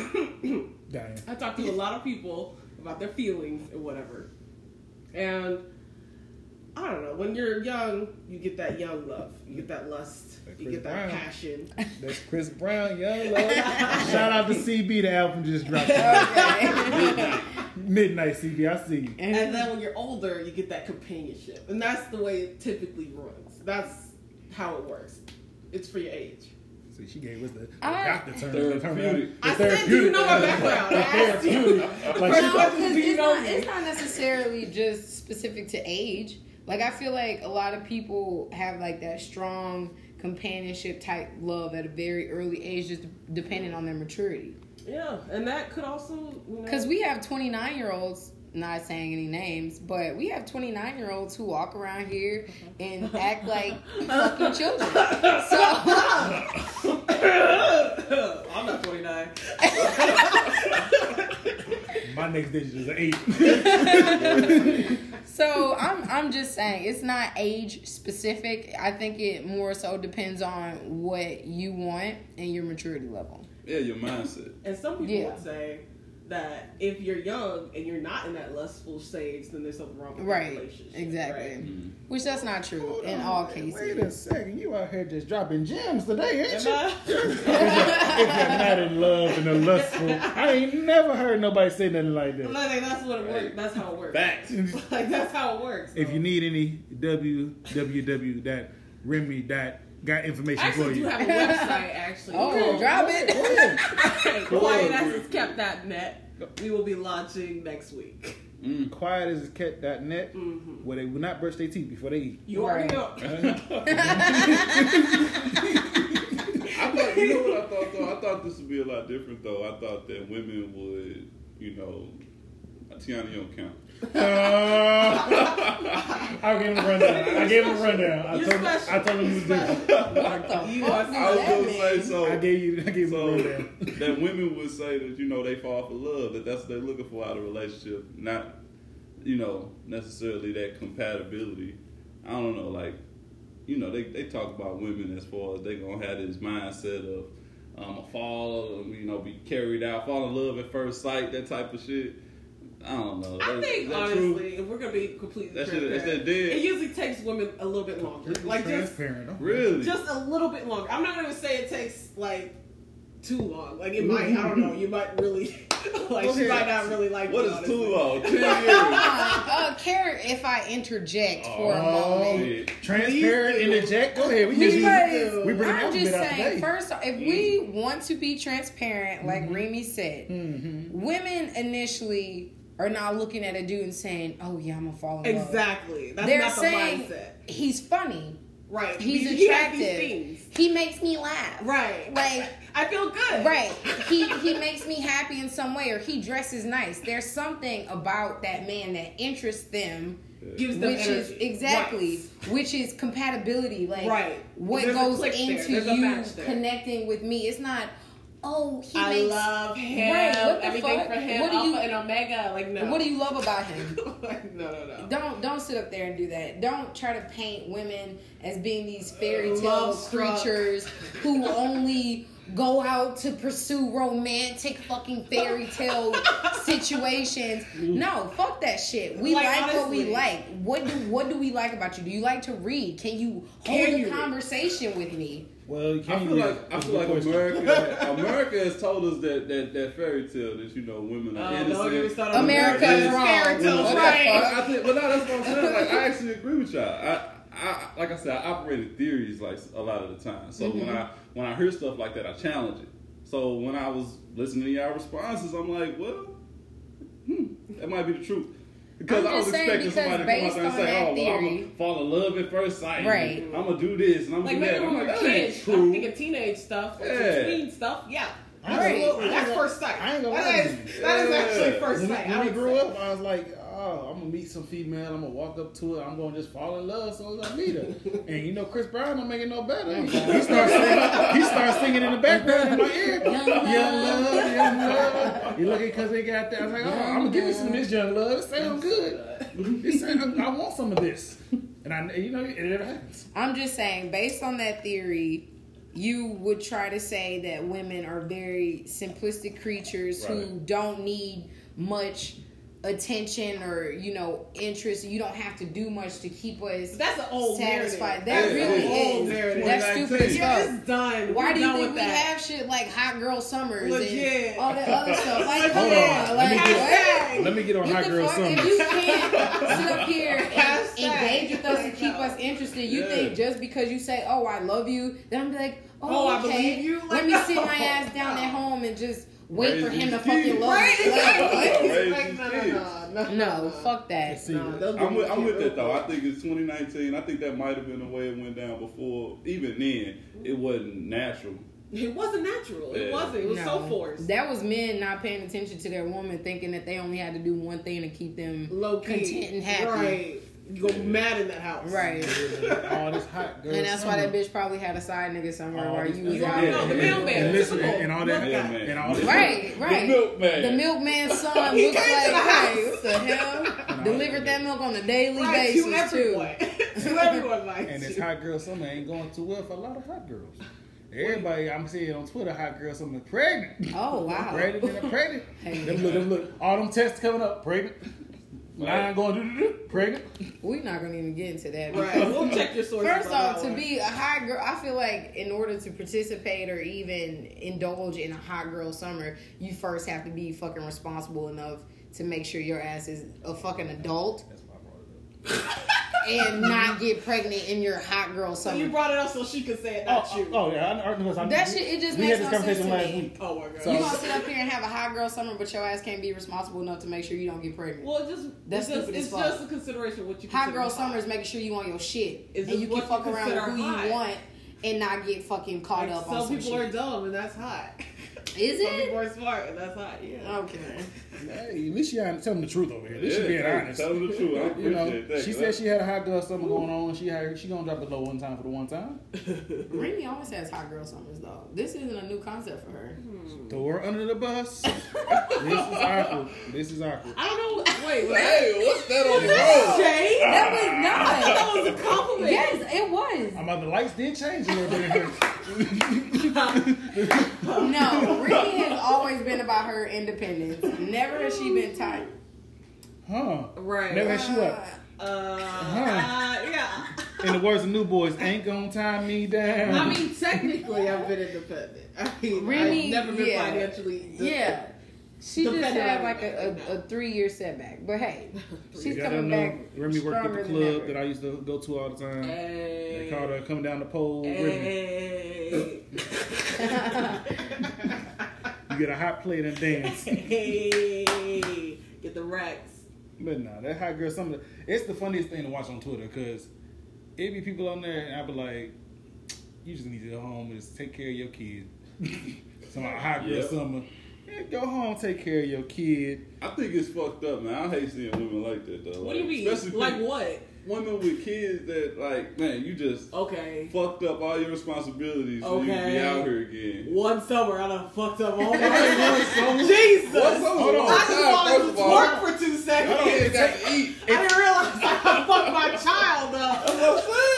Speaker 1: Damn.
Speaker 3: I talked to a lot of people about their feelings and whatever. And I don't know, when you're young, you get that young love. You get that lust.
Speaker 1: Like
Speaker 3: You
Speaker 1: Chris
Speaker 3: get that
Speaker 1: Brown.
Speaker 3: passion.
Speaker 1: That's Chris Brown, young love. Shout out to CB. The album just dropped. Midnight CB. I see you.
Speaker 3: And then when you're older, you get that companionship. And that's the way it typically runs. That's how it works. It's for your age.
Speaker 1: See, she gave us the, the
Speaker 2: I-
Speaker 1: doctor term. The
Speaker 4: Therapeutic.
Speaker 1: terminology. The
Speaker 3: I said, do you know my background? I asked you.
Speaker 1: therapeutic. Like,
Speaker 2: No,
Speaker 1: she-
Speaker 2: 'cause
Speaker 3: Do you
Speaker 2: it's,
Speaker 3: know
Speaker 2: not,
Speaker 3: me?
Speaker 2: it's not necessarily just specific to age. Like I feel like a lot of people have like that strong companionship type love at a very early age, just depending on their maturity.
Speaker 3: Yeah, and that could also, you know.
Speaker 2: Because we have twenty nine year olds. Not saying any names, but we have 29 year olds who walk around here and act like fucking children. So,
Speaker 3: I'm not 29.
Speaker 1: My next digit is an eight.
Speaker 2: So I'm I'm just saying it's not age specific. I think it more so depends on what you want and your maturity level.
Speaker 4: Yeah, your mindset.
Speaker 3: And some people
Speaker 2: Yeah.
Speaker 3: would say that if you're young and you're not in that lustful stage, then there's something wrong with that
Speaker 2: Right.
Speaker 3: relationship.
Speaker 2: Exactly.
Speaker 3: right?
Speaker 2: Which that's not true in all
Speaker 1: Wait
Speaker 2: cases.
Speaker 1: a second, you out here just dropping gems today, ain't
Speaker 3: Am
Speaker 1: you?
Speaker 3: I?
Speaker 1: if you're not in love and a lustful, I ain't never heard nobody say nothing like
Speaker 3: I'm
Speaker 1: that.
Speaker 3: not saying that's what it works. That's how it works.
Speaker 4: Facts.
Speaker 3: Like that's how it works.
Speaker 1: If
Speaker 3: so.
Speaker 1: you need any www.remy dot got information
Speaker 3: I actually
Speaker 1: for
Speaker 3: do
Speaker 1: you.
Speaker 3: have a website actually.
Speaker 2: Oh, drop it.
Speaker 3: Okay,
Speaker 4: Cool.
Speaker 3: Quiet as it's kept that net. We will be launching next week.
Speaker 1: Quiet as cat dot net,
Speaker 3: Mhm.
Speaker 1: where they will not brush their teeth before they eat.
Speaker 3: You already know.
Speaker 4: I thought you know what I thought though. I thought this would be a lot different though. I thought that women would, you know, Tiana you don't count.
Speaker 1: I gave him a rundown. I gave him a rundown. I
Speaker 3: You're
Speaker 1: told him,
Speaker 3: special.
Speaker 1: I told him you was different.
Speaker 2: What the
Speaker 3: You
Speaker 2: fuck
Speaker 3: are
Speaker 2: does
Speaker 4: I was
Speaker 2: that
Speaker 4: gonna
Speaker 2: mean?
Speaker 4: say so.
Speaker 1: I gave you. I gave him a
Speaker 4: so
Speaker 1: rundown.
Speaker 4: that women would say that you know they fall for love that that's what they're looking for out of a relationship, not you know necessarily that compatibility. I don't know, like you know they they talk about women as far as they gonna have this mindset of um, a fall, you know, be carried out, fall in love at first sight, that type of shit. I don't know.
Speaker 3: I
Speaker 4: That-
Speaker 3: think
Speaker 4: that
Speaker 3: honestly,
Speaker 4: true?
Speaker 3: if we're gonna be completely
Speaker 4: That shit-
Speaker 3: transparent,
Speaker 4: that shit dead.
Speaker 3: it usually takes women a little bit longer. Like just
Speaker 1: transparent. Okay.
Speaker 4: really,
Speaker 3: just a little bit longer. I'm not gonna say it takes like too long. Like it might. I don't know. You might really like. She
Speaker 1: Okay.
Speaker 3: might not really like.
Speaker 4: what
Speaker 3: you,
Speaker 4: is
Speaker 3: honestly.
Speaker 4: too long? Ten years.
Speaker 2: Uh, Karen, if I interject for a
Speaker 1: Oh,
Speaker 2: moment.
Speaker 4: Shit.
Speaker 1: transparent in the jack. Go ahead. We just
Speaker 2: Because
Speaker 1: we bring
Speaker 2: I'm
Speaker 1: out
Speaker 2: just
Speaker 1: bit out
Speaker 2: saying,
Speaker 1: today.
Speaker 2: first, off, if we want to be transparent, like
Speaker 3: Mm-hmm.
Speaker 2: Remy said,
Speaker 1: Mhm.
Speaker 2: women initially are not looking at a dude and saying, "Oh yeah, I'm gonna fall in love."
Speaker 3: Exactly. That's
Speaker 2: They're
Speaker 3: not the
Speaker 2: saying
Speaker 3: mindset.
Speaker 2: he's funny,
Speaker 3: Right.
Speaker 2: he's
Speaker 3: He has
Speaker 2: attractive,
Speaker 3: these things.
Speaker 2: he makes me laugh,
Speaker 3: Right.
Speaker 2: Like,
Speaker 3: I feel good.
Speaker 2: right. he he makes me happy in some way, or he dresses nice. There's something about that man that interests them.
Speaker 3: Gives them
Speaker 2: Which is
Speaker 3: energy.
Speaker 2: exactly,
Speaker 3: Right.
Speaker 2: which is compatibility, like
Speaker 3: Right.
Speaker 2: what
Speaker 3: There's a
Speaker 2: goes
Speaker 3: click there.
Speaker 2: into
Speaker 3: There's a
Speaker 2: you
Speaker 3: match there.
Speaker 2: connecting with me. It's not, oh, he
Speaker 3: I
Speaker 2: makes
Speaker 3: love him.
Speaker 2: Right, what the
Speaker 3: Everything
Speaker 2: fuck?
Speaker 3: for him.
Speaker 2: What do
Speaker 3: Alpha
Speaker 2: you-
Speaker 3: and Omega. Like no.
Speaker 2: What do you love about him?
Speaker 3: like, no, no, no.
Speaker 2: Don't don't sit up there and do that. Don't try to paint women as being these fairy tale
Speaker 3: Love-struck.
Speaker 2: creatures who only go out to pursue romantic fucking fairy tale situations. No, fuck that shit. We
Speaker 3: Like,
Speaker 2: like, what we
Speaker 3: honestly.
Speaker 2: like. What do what do we like about you? Do you like to read? Can you hold
Speaker 3: Can you
Speaker 2: a
Speaker 3: read?
Speaker 2: conversation with me?
Speaker 1: well, you can't
Speaker 4: I feel
Speaker 1: really-
Speaker 4: like I
Speaker 1: it's a
Speaker 4: feel like
Speaker 1: question.
Speaker 4: America America has told us that that, that fairy tale that you know women are
Speaker 3: Uh,
Speaker 4: innocent.
Speaker 3: don't get me started on
Speaker 2: America
Speaker 4: America's
Speaker 2: is wrong.
Speaker 3: fairy tale,
Speaker 2: What the
Speaker 3: right.
Speaker 2: fuck?
Speaker 4: I, I think, but no, that's what I'm saying. Like I actually agree with y'all. I, I like I said, I operate in theories like a lot of the time. So when I when I hear stuff like that, I challenge it. So when I was listening to y'all responses, I'm like, well, hmm, that might be the truth. Because
Speaker 2: I'm
Speaker 4: I was
Speaker 2: just saying
Speaker 4: expecting
Speaker 2: because
Speaker 4: somebody to come
Speaker 2: based
Speaker 4: out
Speaker 2: on
Speaker 4: there and say,
Speaker 2: that
Speaker 4: "Oh, well, I'm
Speaker 2: theory-
Speaker 4: gonna fall in love at first sight.
Speaker 2: Right.
Speaker 4: I'm gonna do this and I'm
Speaker 3: Like
Speaker 4: gonna
Speaker 3: maybe
Speaker 4: do that."
Speaker 3: when
Speaker 4: I'm
Speaker 3: we
Speaker 4: like,
Speaker 3: were
Speaker 4: that ain't
Speaker 3: kids,
Speaker 4: true.
Speaker 3: I'm thinking teenage stuff, like
Speaker 4: Yeah.
Speaker 3: teen stuff. Yeah,
Speaker 1: Absolutely.
Speaker 3: absolutely. That's
Speaker 1: I ain't
Speaker 3: first
Speaker 1: gonna-
Speaker 3: sight.
Speaker 1: I ain't gonna
Speaker 3: That
Speaker 1: lie to
Speaker 3: is-
Speaker 1: you.
Speaker 3: that is
Speaker 4: Yeah.
Speaker 3: actually first
Speaker 1: When,
Speaker 3: sight.
Speaker 1: we-
Speaker 3: I
Speaker 1: when we
Speaker 3: would
Speaker 1: grew
Speaker 3: say.
Speaker 1: up, I was like, oh, I'm gonna meet some female. I'm gonna walk up to her. I'm gonna just fall in love as soon as I meet her. and you know, Chris Brown don't make it no better. he starts singing. He starts singing in the background in my ear. Young love, young love. You looking because they got that? I was like, oh, I'm gonna give you some of this young love. It sounds good. It sound, I want some of this. And I, you know, it never happens.
Speaker 2: I'm just saying, based on that theory, you would try to say that women are very simplistic creatures who
Speaker 4: Right.
Speaker 2: don't need much attention or you know interest. You don't have to do much to keep us
Speaker 3: That's an old
Speaker 2: satisfied.
Speaker 3: narrative.
Speaker 2: That
Speaker 4: Yeah,
Speaker 2: really
Speaker 4: that's an
Speaker 3: old
Speaker 2: is.
Speaker 3: narrative.
Speaker 2: That's stupid as
Speaker 3: Yeah,
Speaker 2: fuck.
Speaker 3: it's done.
Speaker 2: Why
Speaker 3: We're
Speaker 2: do you
Speaker 3: done
Speaker 2: think
Speaker 3: with
Speaker 2: we
Speaker 3: that.
Speaker 2: have shit like hot girl summers
Speaker 3: Legit.
Speaker 2: and all that other stuff? Like,
Speaker 3: Hold
Speaker 2: yeah,
Speaker 1: on.
Speaker 2: like
Speaker 1: Let me
Speaker 2: what?
Speaker 1: Let me get on
Speaker 2: You
Speaker 1: hot
Speaker 2: can
Speaker 1: girl
Speaker 2: fuck-
Speaker 1: summer.
Speaker 2: If you can't sit up here and
Speaker 3: Hashtag.
Speaker 2: engage with us and keep us interested, you
Speaker 4: Yeah.
Speaker 2: think just because you say, "Oh, I love you," then I'm be like, "Oh,
Speaker 3: Oh, I
Speaker 2: okay,
Speaker 3: believe you?
Speaker 2: let
Speaker 3: Like,
Speaker 2: me sit
Speaker 3: no.
Speaker 2: my ass down at home and just wait
Speaker 4: Raise
Speaker 2: for him to
Speaker 4: these
Speaker 2: fucking
Speaker 4: kids.
Speaker 2: love
Speaker 3: Right?
Speaker 2: me." Like,
Speaker 4: Yeah, raise
Speaker 3: Like,
Speaker 4: these
Speaker 3: no, no, no, no,
Speaker 2: what? No, fuck that.
Speaker 1: See,
Speaker 3: Nah, those
Speaker 4: I'm with,
Speaker 3: babies
Speaker 4: I'm with that though.
Speaker 3: can't
Speaker 4: I think it's 2019. I think that might have been the way it went down before. Even then, it wasn't natural.
Speaker 3: It wasn't natural. It
Speaker 4: Yeah.
Speaker 3: wasn't. It was so
Speaker 2: No.
Speaker 3: forced.
Speaker 2: That was men not paying attention to their woman, thinking that they only had to do one thing to keep them
Speaker 3: Low key.
Speaker 2: content and happy.
Speaker 3: Right. You go mad in that house.
Speaker 1: oh,
Speaker 2: Right.
Speaker 1: this hot girl.
Speaker 2: And that's why that
Speaker 1: summer.
Speaker 2: bitch probably had a side nigga somewhere
Speaker 1: Oh,
Speaker 2: where
Speaker 1: this-
Speaker 2: you was
Speaker 3: You
Speaker 2: out.
Speaker 3: already know the
Speaker 4: Yeah, yeah.
Speaker 3: mailman.
Speaker 1: And listen,
Speaker 3: typical
Speaker 1: and all that-
Speaker 3: milk guy.
Speaker 4: Mailman.
Speaker 1: And all that-
Speaker 2: Right, right.
Speaker 4: The milkman.
Speaker 2: The milkman's son
Speaker 3: He
Speaker 2: looks
Speaker 3: came to
Speaker 2: like
Speaker 3: the house.
Speaker 2: what the hell? Delivered that milk on a daily
Speaker 3: Right, to
Speaker 2: basis too.
Speaker 3: everyone. to everyone, like.
Speaker 1: And this
Speaker 3: you.
Speaker 1: hot girl summer ain't going too well for a lot of hot girls. Everybody, I'm seeing on Twitter, hot girl summer pregnant.
Speaker 2: Oh wow.
Speaker 1: Pregnant and a pregnant.
Speaker 2: Hey.
Speaker 1: Them look, them look, all them tests coming up, pregnant. Line going do do do, pregnant.
Speaker 2: We're not gonna even get into that.
Speaker 3: Right. We'll check your sources.
Speaker 2: First
Speaker 3: on
Speaker 2: off,
Speaker 3: that
Speaker 2: to
Speaker 3: one.
Speaker 2: be a hot girl, I feel like in order to participate or even indulge in a hot girl summer, you first have to be fucking responsible enough to make sure your ass is a fucking adult
Speaker 1: That's why I brought it
Speaker 2: and not get pregnant in your hot girl
Speaker 3: So you
Speaker 2: summer.
Speaker 3: brought it up so she could say it, not you.
Speaker 1: up. Oh, yeah, I, I know. I-
Speaker 2: That shit, it just
Speaker 1: we
Speaker 2: makes
Speaker 1: had this
Speaker 2: no
Speaker 1: conversation
Speaker 2: sense to
Speaker 1: last
Speaker 2: me.
Speaker 1: week.
Speaker 3: Oh my god.
Speaker 1: So-
Speaker 2: You gonna sit up here and have a hot girl summer, but your ass can't be responsible enough to make sure you don't get pregnant.
Speaker 3: well, it just
Speaker 2: That's
Speaker 3: it's, just,
Speaker 2: stupid as
Speaker 3: it's
Speaker 2: fuck.
Speaker 3: just a consideration of what you
Speaker 2: hot
Speaker 3: consider
Speaker 2: girl
Speaker 3: hot.
Speaker 2: summer is making sure you on your shit,
Speaker 3: Is
Speaker 2: and
Speaker 3: this
Speaker 2: you can
Speaker 3: what
Speaker 2: fuck
Speaker 3: you
Speaker 2: around with
Speaker 3: consider
Speaker 2: who
Speaker 3: hot?
Speaker 2: you want and not get fucking caught
Speaker 3: Like,
Speaker 2: up
Speaker 3: some
Speaker 2: on some
Speaker 3: people
Speaker 2: shit.
Speaker 3: are dumb and that's hot.
Speaker 2: Is
Speaker 3: Some
Speaker 2: it?
Speaker 3: people are smart and that's hot. Yeah.
Speaker 2: Okay.
Speaker 1: Hey, at least she had- tell them the truth over here. At least
Speaker 4: Yeah,
Speaker 1: she being
Speaker 4: hey,
Speaker 1: honest.
Speaker 4: Tell them the truth. I
Speaker 1: You
Speaker 4: appreciate
Speaker 1: know,
Speaker 4: that.
Speaker 1: she said she had a hot girl summer going on. She had, she gonna drop it low one time for the one time.
Speaker 2: Remy always has hot girl summers though. This isn't a new concept for her.
Speaker 1: Throw her under the bus. this is awkward. This is awkward.
Speaker 3: I don't know. Wait, what?
Speaker 4: Hey, what's that on the
Speaker 2: No.
Speaker 4: road?
Speaker 3: Jay?
Speaker 2: That was not.
Speaker 3: That was a compliment.
Speaker 2: yes, it was.
Speaker 1: I'm about the lights did change a little bit in here.
Speaker 2: No, Remy has always been about her independence. Never has she been tied.
Speaker 1: Huh.
Speaker 3: Right.
Speaker 1: Never had she what?
Speaker 3: Uh, uh, yeah.
Speaker 1: In the words of New Boys, ain't gonna tie me down.
Speaker 3: I mean, technically, I've been independent. I mean,
Speaker 2: Really?
Speaker 3: I've never been
Speaker 2: Yeah.
Speaker 3: financially.
Speaker 2: Yeah. She
Speaker 3: Depending
Speaker 2: just had
Speaker 3: on
Speaker 2: like a,
Speaker 3: it.
Speaker 2: a, a three year setback. But hey, she's
Speaker 1: Y'all
Speaker 2: coming
Speaker 1: know
Speaker 2: back.
Speaker 1: Remy worked at
Speaker 2: stronger
Speaker 1: the
Speaker 2: than
Speaker 1: club
Speaker 2: ever.
Speaker 1: that I used to go to all the time.
Speaker 3: Hey.
Speaker 1: They called her coming down the pole. Remy.
Speaker 3: Hey.
Speaker 1: You get a hot plate and dance.
Speaker 3: hey. Get the racks.
Speaker 1: But nah, that hot girl summer. It's the funniest thing to watch on Twitter because it be people on there and I be like, you just need to go home and just take care of your kid. Some hot girl
Speaker 4: Yeah.
Speaker 1: summer. Yeah, go home, take care of your kid.
Speaker 4: I think it's fucked up, man. I hate seeing women like that, though.
Speaker 3: What do you
Speaker 4: Like,
Speaker 3: mean?
Speaker 4: Especially
Speaker 3: like
Speaker 4: people-
Speaker 3: what?
Speaker 4: women with kids that, like, man, you just
Speaker 3: Oh. Okay.
Speaker 4: fucked up all your responsibilities so you can be
Speaker 3: Okay.
Speaker 4: out here again.
Speaker 3: One summer, I done fucked up all my
Speaker 4: summer?
Speaker 3: Jesus!
Speaker 4: One summer? Hold on.
Speaker 3: I just
Speaker 4: First
Speaker 3: wanted
Speaker 4: of
Speaker 3: to
Speaker 4: all,
Speaker 3: twerk for two
Speaker 4: I don't even
Speaker 3: seconds.
Speaker 4: got to eat.
Speaker 3: I didn't realize I fucked my child up.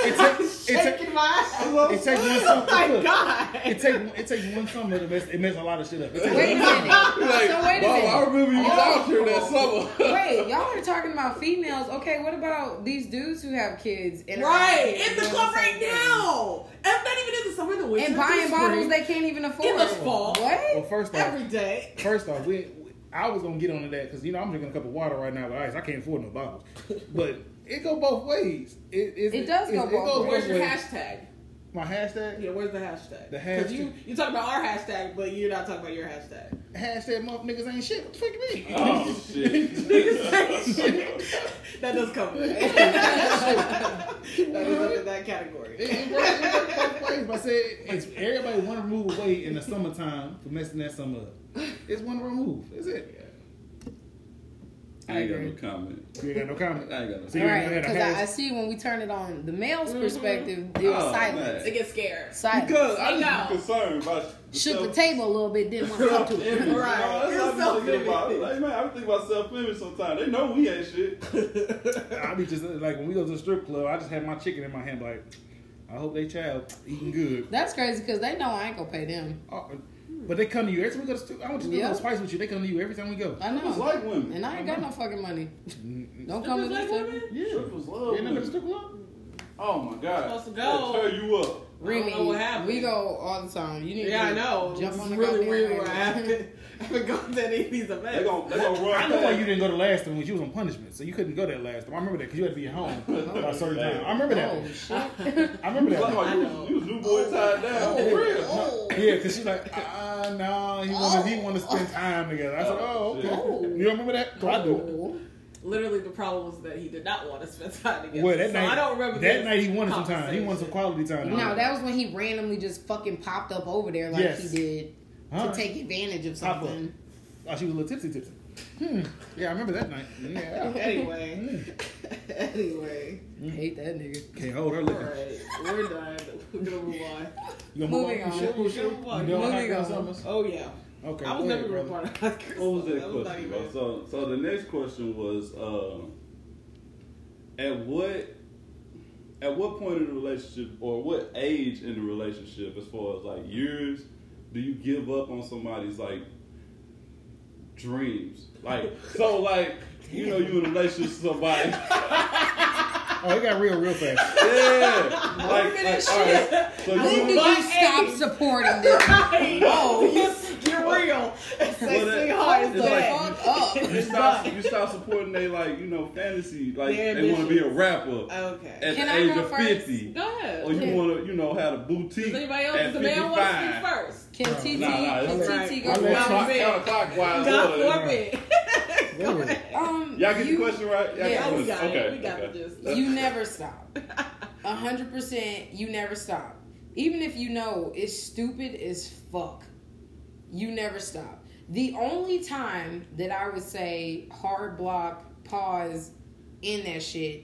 Speaker 1: It
Speaker 3: I'm
Speaker 1: take- it take-
Speaker 3: shaking my ass.
Speaker 1: It takes one
Speaker 3: Oh
Speaker 1: summer.
Speaker 3: my
Speaker 1: look,
Speaker 3: god!
Speaker 1: It takes it takes one summer to mess. It messes a lot of shit up. It takes
Speaker 2: Wait a minute.
Speaker 4: Like,
Speaker 2: So wait a
Speaker 4: Mom, I
Speaker 2: minute.
Speaker 4: remember you was out here that summer.
Speaker 2: Wait, y'all are talking about females. Okay, what about these dudes who have kids? And are-
Speaker 3: Right in the
Speaker 2: doing
Speaker 3: club
Speaker 2: same
Speaker 3: right
Speaker 2: thing?
Speaker 3: now. I'm not even in the summer. In the winter.
Speaker 2: And
Speaker 3: in the
Speaker 2: buying
Speaker 3: spring,
Speaker 2: bottles they can't even afford.
Speaker 3: the fall.
Speaker 2: What?
Speaker 1: Well, first off,
Speaker 3: every day.
Speaker 1: First off, we, we- I was gonna get onto that because you know I'm drinking a cup of water right now with ice. I can't afford no bottles, but it go both ways. It, it's-
Speaker 2: It does go
Speaker 1: it
Speaker 2: both
Speaker 1: goes
Speaker 3: Where's your
Speaker 1: ways.
Speaker 3: hashtag?
Speaker 1: My hashtag,
Speaker 3: Yeah, where's the hashtag?
Speaker 1: The
Speaker 3: Because you you talking about our hashtag, but you're not talking about your hashtag.
Speaker 1: hashtag, motherfuckers niggas ain't shit. What the fuck you mean?
Speaker 4: Oh, shit.
Speaker 3: that does cover it. that is under that category.
Speaker 1: It, it works, it works both ways. But I said it's everybody one remove away in the summertime for messing that summer up. It's one remove. That's it.
Speaker 4: I ain't got no comment.
Speaker 1: You ain't got no comment.
Speaker 4: I ain't got no
Speaker 1: See,
Speaker 2: All
Speaker 1: you
Speaker 4: comment.
Speaker 2: right,
Speaker 1: had a
Speaker 2: because I, I
Speaker 1: hash-
Speaker 2: see when we turn it on the male's
Speaker 3: Mm-hmm.
Speaker 2: perspective, it was
Speaker 4: Oh,
Speaker 2: silence.
Speaker 3: They get scared.
Speaker 2: Silence.
Speaker 4: Because I
Speaker 3: Hang
Speaker 4: just
Speaker 3: out.
Speaker 4: be concerned about
Speaker 2: Shook the
Speaker 4: self-
Speaker 2: table a little bit, didn't want to talk to
Speaker 4: Self-image,
Speaker 2: it.
Speaker 4: you know,
Speaker 3: Right.
Speaker 4: That's
Speaker 3: You're
Speaker 4: what I'm thinking
Speaker 3: self-image.
Speaker 4: about. Like, man, I think about self-image sometimes. They know we ain't shit.
Speaker 1: I be just like when we go to the strip club, I just have my chicken in my hand. Like, I hope they child eating good.
Speaker 2: That's crazy because they know I ain't gonna pay them.
Speaker 1: Oh, but they come to you every time we go to. stu- I want you to
Speaker 2: Yeah.
Speaker 1: go spice with you. They come to you every time we go.
Speaker 2: I
Speaker 4: Strippers
Speaker 2: know,
Speaker 4: like women.
Speaker 2: and I ain't got no fucking money. Don't come to
Speaker 3: Strippers
Speaker 2: this. table.
Speaker 3: Mm-hmm. like women?
Speaker 1: Yeah.
Speaker 4: Strippers
Speaker 1: You
Speaker 4: love
Speaker 1: ain't never been to strip
Speaker 4: women.
Speaker 1: club?
Speaker 4: Oh my god.
Speaker 3: Supposed to go.
Speaker 4: They tear you up.
Speaker 3: I don't know what happened.
Speaker 2: we go all the time. You need
Speaker 3: Yeah, I
Speaker 2: to
Speaker 3: know.
Speaker 2: jump
Speaker 3: it's
Speaker 2: on the
Speaker 3: really
Speaker 2: goddamn
Speaker 3: weird
Speaker 2: wagon.
Speaker 3: what happened. I haven't gone to any of these events.
Speaker 4: They gon' they gon' run.
Speaker 1: I know why
Speaker 4: past.
Speaker 1: you didn't go the last time because you was on punishment, so you couldn't go that last time. I remember that because you had to be at home by a certain time. I remember that.
Speaker 2: Oh shit!
Speaker 1: I remember
Speaker 4: Like,
Speaker 1: that. Oh,
Speaker 4: oh, you, was, you was new boy tied down for real.
Speaker 2: Oh,
Speaker 1: Yeah, because she's like, ah, uh, no, he want to he want to spend time together. I said, oh,
Speaker 4: Oh,
Speaker 1: okay.
Speaker 4: shit.
Speaker 1: You don't remember that? 'Cause I do.
Speaker 2: Oh.
Speaker 3: Literally, the problem was that he did not want to spend time together.
Speaker 1: Well, that
Speaker 3: so
Speaker 1: night,
Speaker 3: I don't remember
Speaker 1: that
Speaker 3: this
Speaker 1: night he wanted some time. He wanted some
Speaker 3: conversation.
Speaker 1: quality time.
Speaker 2: No, that was when he randomly just fucking popped up over there like
Speaker 1: Yes.
Speaker 2: he did
Speaker 1: Huh?
Speaker 2: to take advantage of
Speaker 1: Pop up.
Speaker 2: something.
Speaker 1: Oh, she was a little tipsy, tipsy. Yeah, I remember that night. Yeah.
Speaker 3: Anyway. anyway.
Speaker 1: Mm.
Speaker 2: Hate that nigga.
Speaker 1: Can't hold her
Speaker 3: All
Speaker 1: liquor.
Speaker 3: right. We're done. We're gonna move on.
Speaker 1: You gonna
Speaker 2: Moving
Speaker 1: move on?
Speaker 2: on.
Speaker 1: You sure? You
Speaker 3: We're
Speaker 1: sure?
Speaker 3: gonna move
Speaker 1: You done with
Speaker 3: on.
Speaker 2: Moving
Speaker 1: Hot Girl
Speaker 2: on.
Speaker 1: Summers?
Speaker 3: Oh yeah.
Speaker 1: Okay.
Speaker 3: I was
Speaker 1: go
Speaker 3: never
Speaker 1: ahead,
Speaker 3: gonna
Speaker 1: brother.
Speaker 3: part of high school.
Speaker 4: What was that
Speaker 3: was not
Speaker 4: question,
Speaker 3: even-
Speaker 4: bro? So, so the next question was, um, at what, at what point in the relationship, or what age in the relationship, as far as like years, do you give up on somebody's like dreams? Like, so like, you know, you in a relationship with somebody.
Speaker 1: Oh, it got real real fast.
Speaker 4: Yeah. Like, like all right. So
Speaker 2: When do
Speaker 4: you,
Speaker 2: you
Speaker 3: What
Speaker 2: stop
Speaker 3: age?
Speaker 2: supporting them?
Speaker 3: No, you- you're real. Sexy hard as
Speaker 4: It's
Speaker 2: the
Speaker 3: that.
Speaker 4: like-
Speaker 2: fuck up.
Speaker 4: you stop you stop supporting they like you know fantasy like
Speaker 3: Their
Speaker 4: they want to be a
Speaker 3: ambitions.
Speaker 4: rapper
Speaker 3: Okay.
Speaker 4: at
Speaker 2: Can
Speaker 4: the
Speaker 2: I
Speaker 4: age
Speaker 2: go
Speaker 4: of
Speaker 2: first?
Speaker 4: fifty.
Speaker 3: Uh, Go ahead.
Speaker 4: Or you
Speaker 2: Yeah.
Speaker 4: want to, you know, have a boutique.
Speaker 3: Does anybody else?
Speaker 4: At
Speaker 3: Does the man want to speak
Speaker 4: 55.
Speaker 3: first?
Speaker 2: Can TT,
Speaker 4: Nah, nah,
Speaker 2: can
Speaker 4: that's
Speaker 2: TT
Speaker 3: right.
Speaker 2: go
Speaker 1: I let
Speaker 2: first?
Speaker 1: Clock-
Speaker 4: counterclockwise
Speaker 3: God
Speaker 4: order.
Speaker 3: forbid.
Speaker 1: Go ahead.
Speaker 2: Um,
Speaker 4: Y'all get
Speaker 2: you-
Speaker 4: the question right?
Speaker 2: Yeah,
Speaker 4: Y'all get the
Speaker 3: we
Speaker 4: question.
Speaker 3: got it.
Speaker 4: okay.
Speaker 3: We got the
Speaker 4: okay.
Speaker 3: gist.
Speaker 4: That's-
Speaker 2: You never stop. A hundred percent, you never stop. Even if you know it's stupid as fuck, you never stop. The only time that I would say hard block, pause in that shit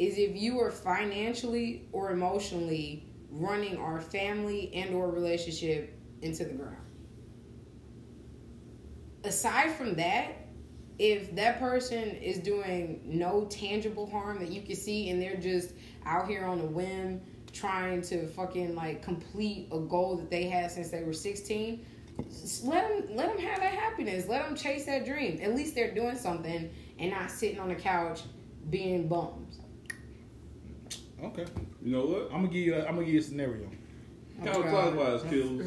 Speaker 2: is if you are financially or emotionally running our family and or relationship into the ground. Aside from that, if that person is doing no tangible harm that you can see and they're just out here on a whim trying to fucking like complete a goal that they had since they were 16 s- let them let them have that happiness let them chase that dream at least they're doing something and not sitting on the couch being bums
Speaker 1: Okay.
Speaker 4: You know what?
Speaker 1: I'm gonna give you. A, I'm gonna give you a scenario.
Speaker 4: Counterclockwise kills.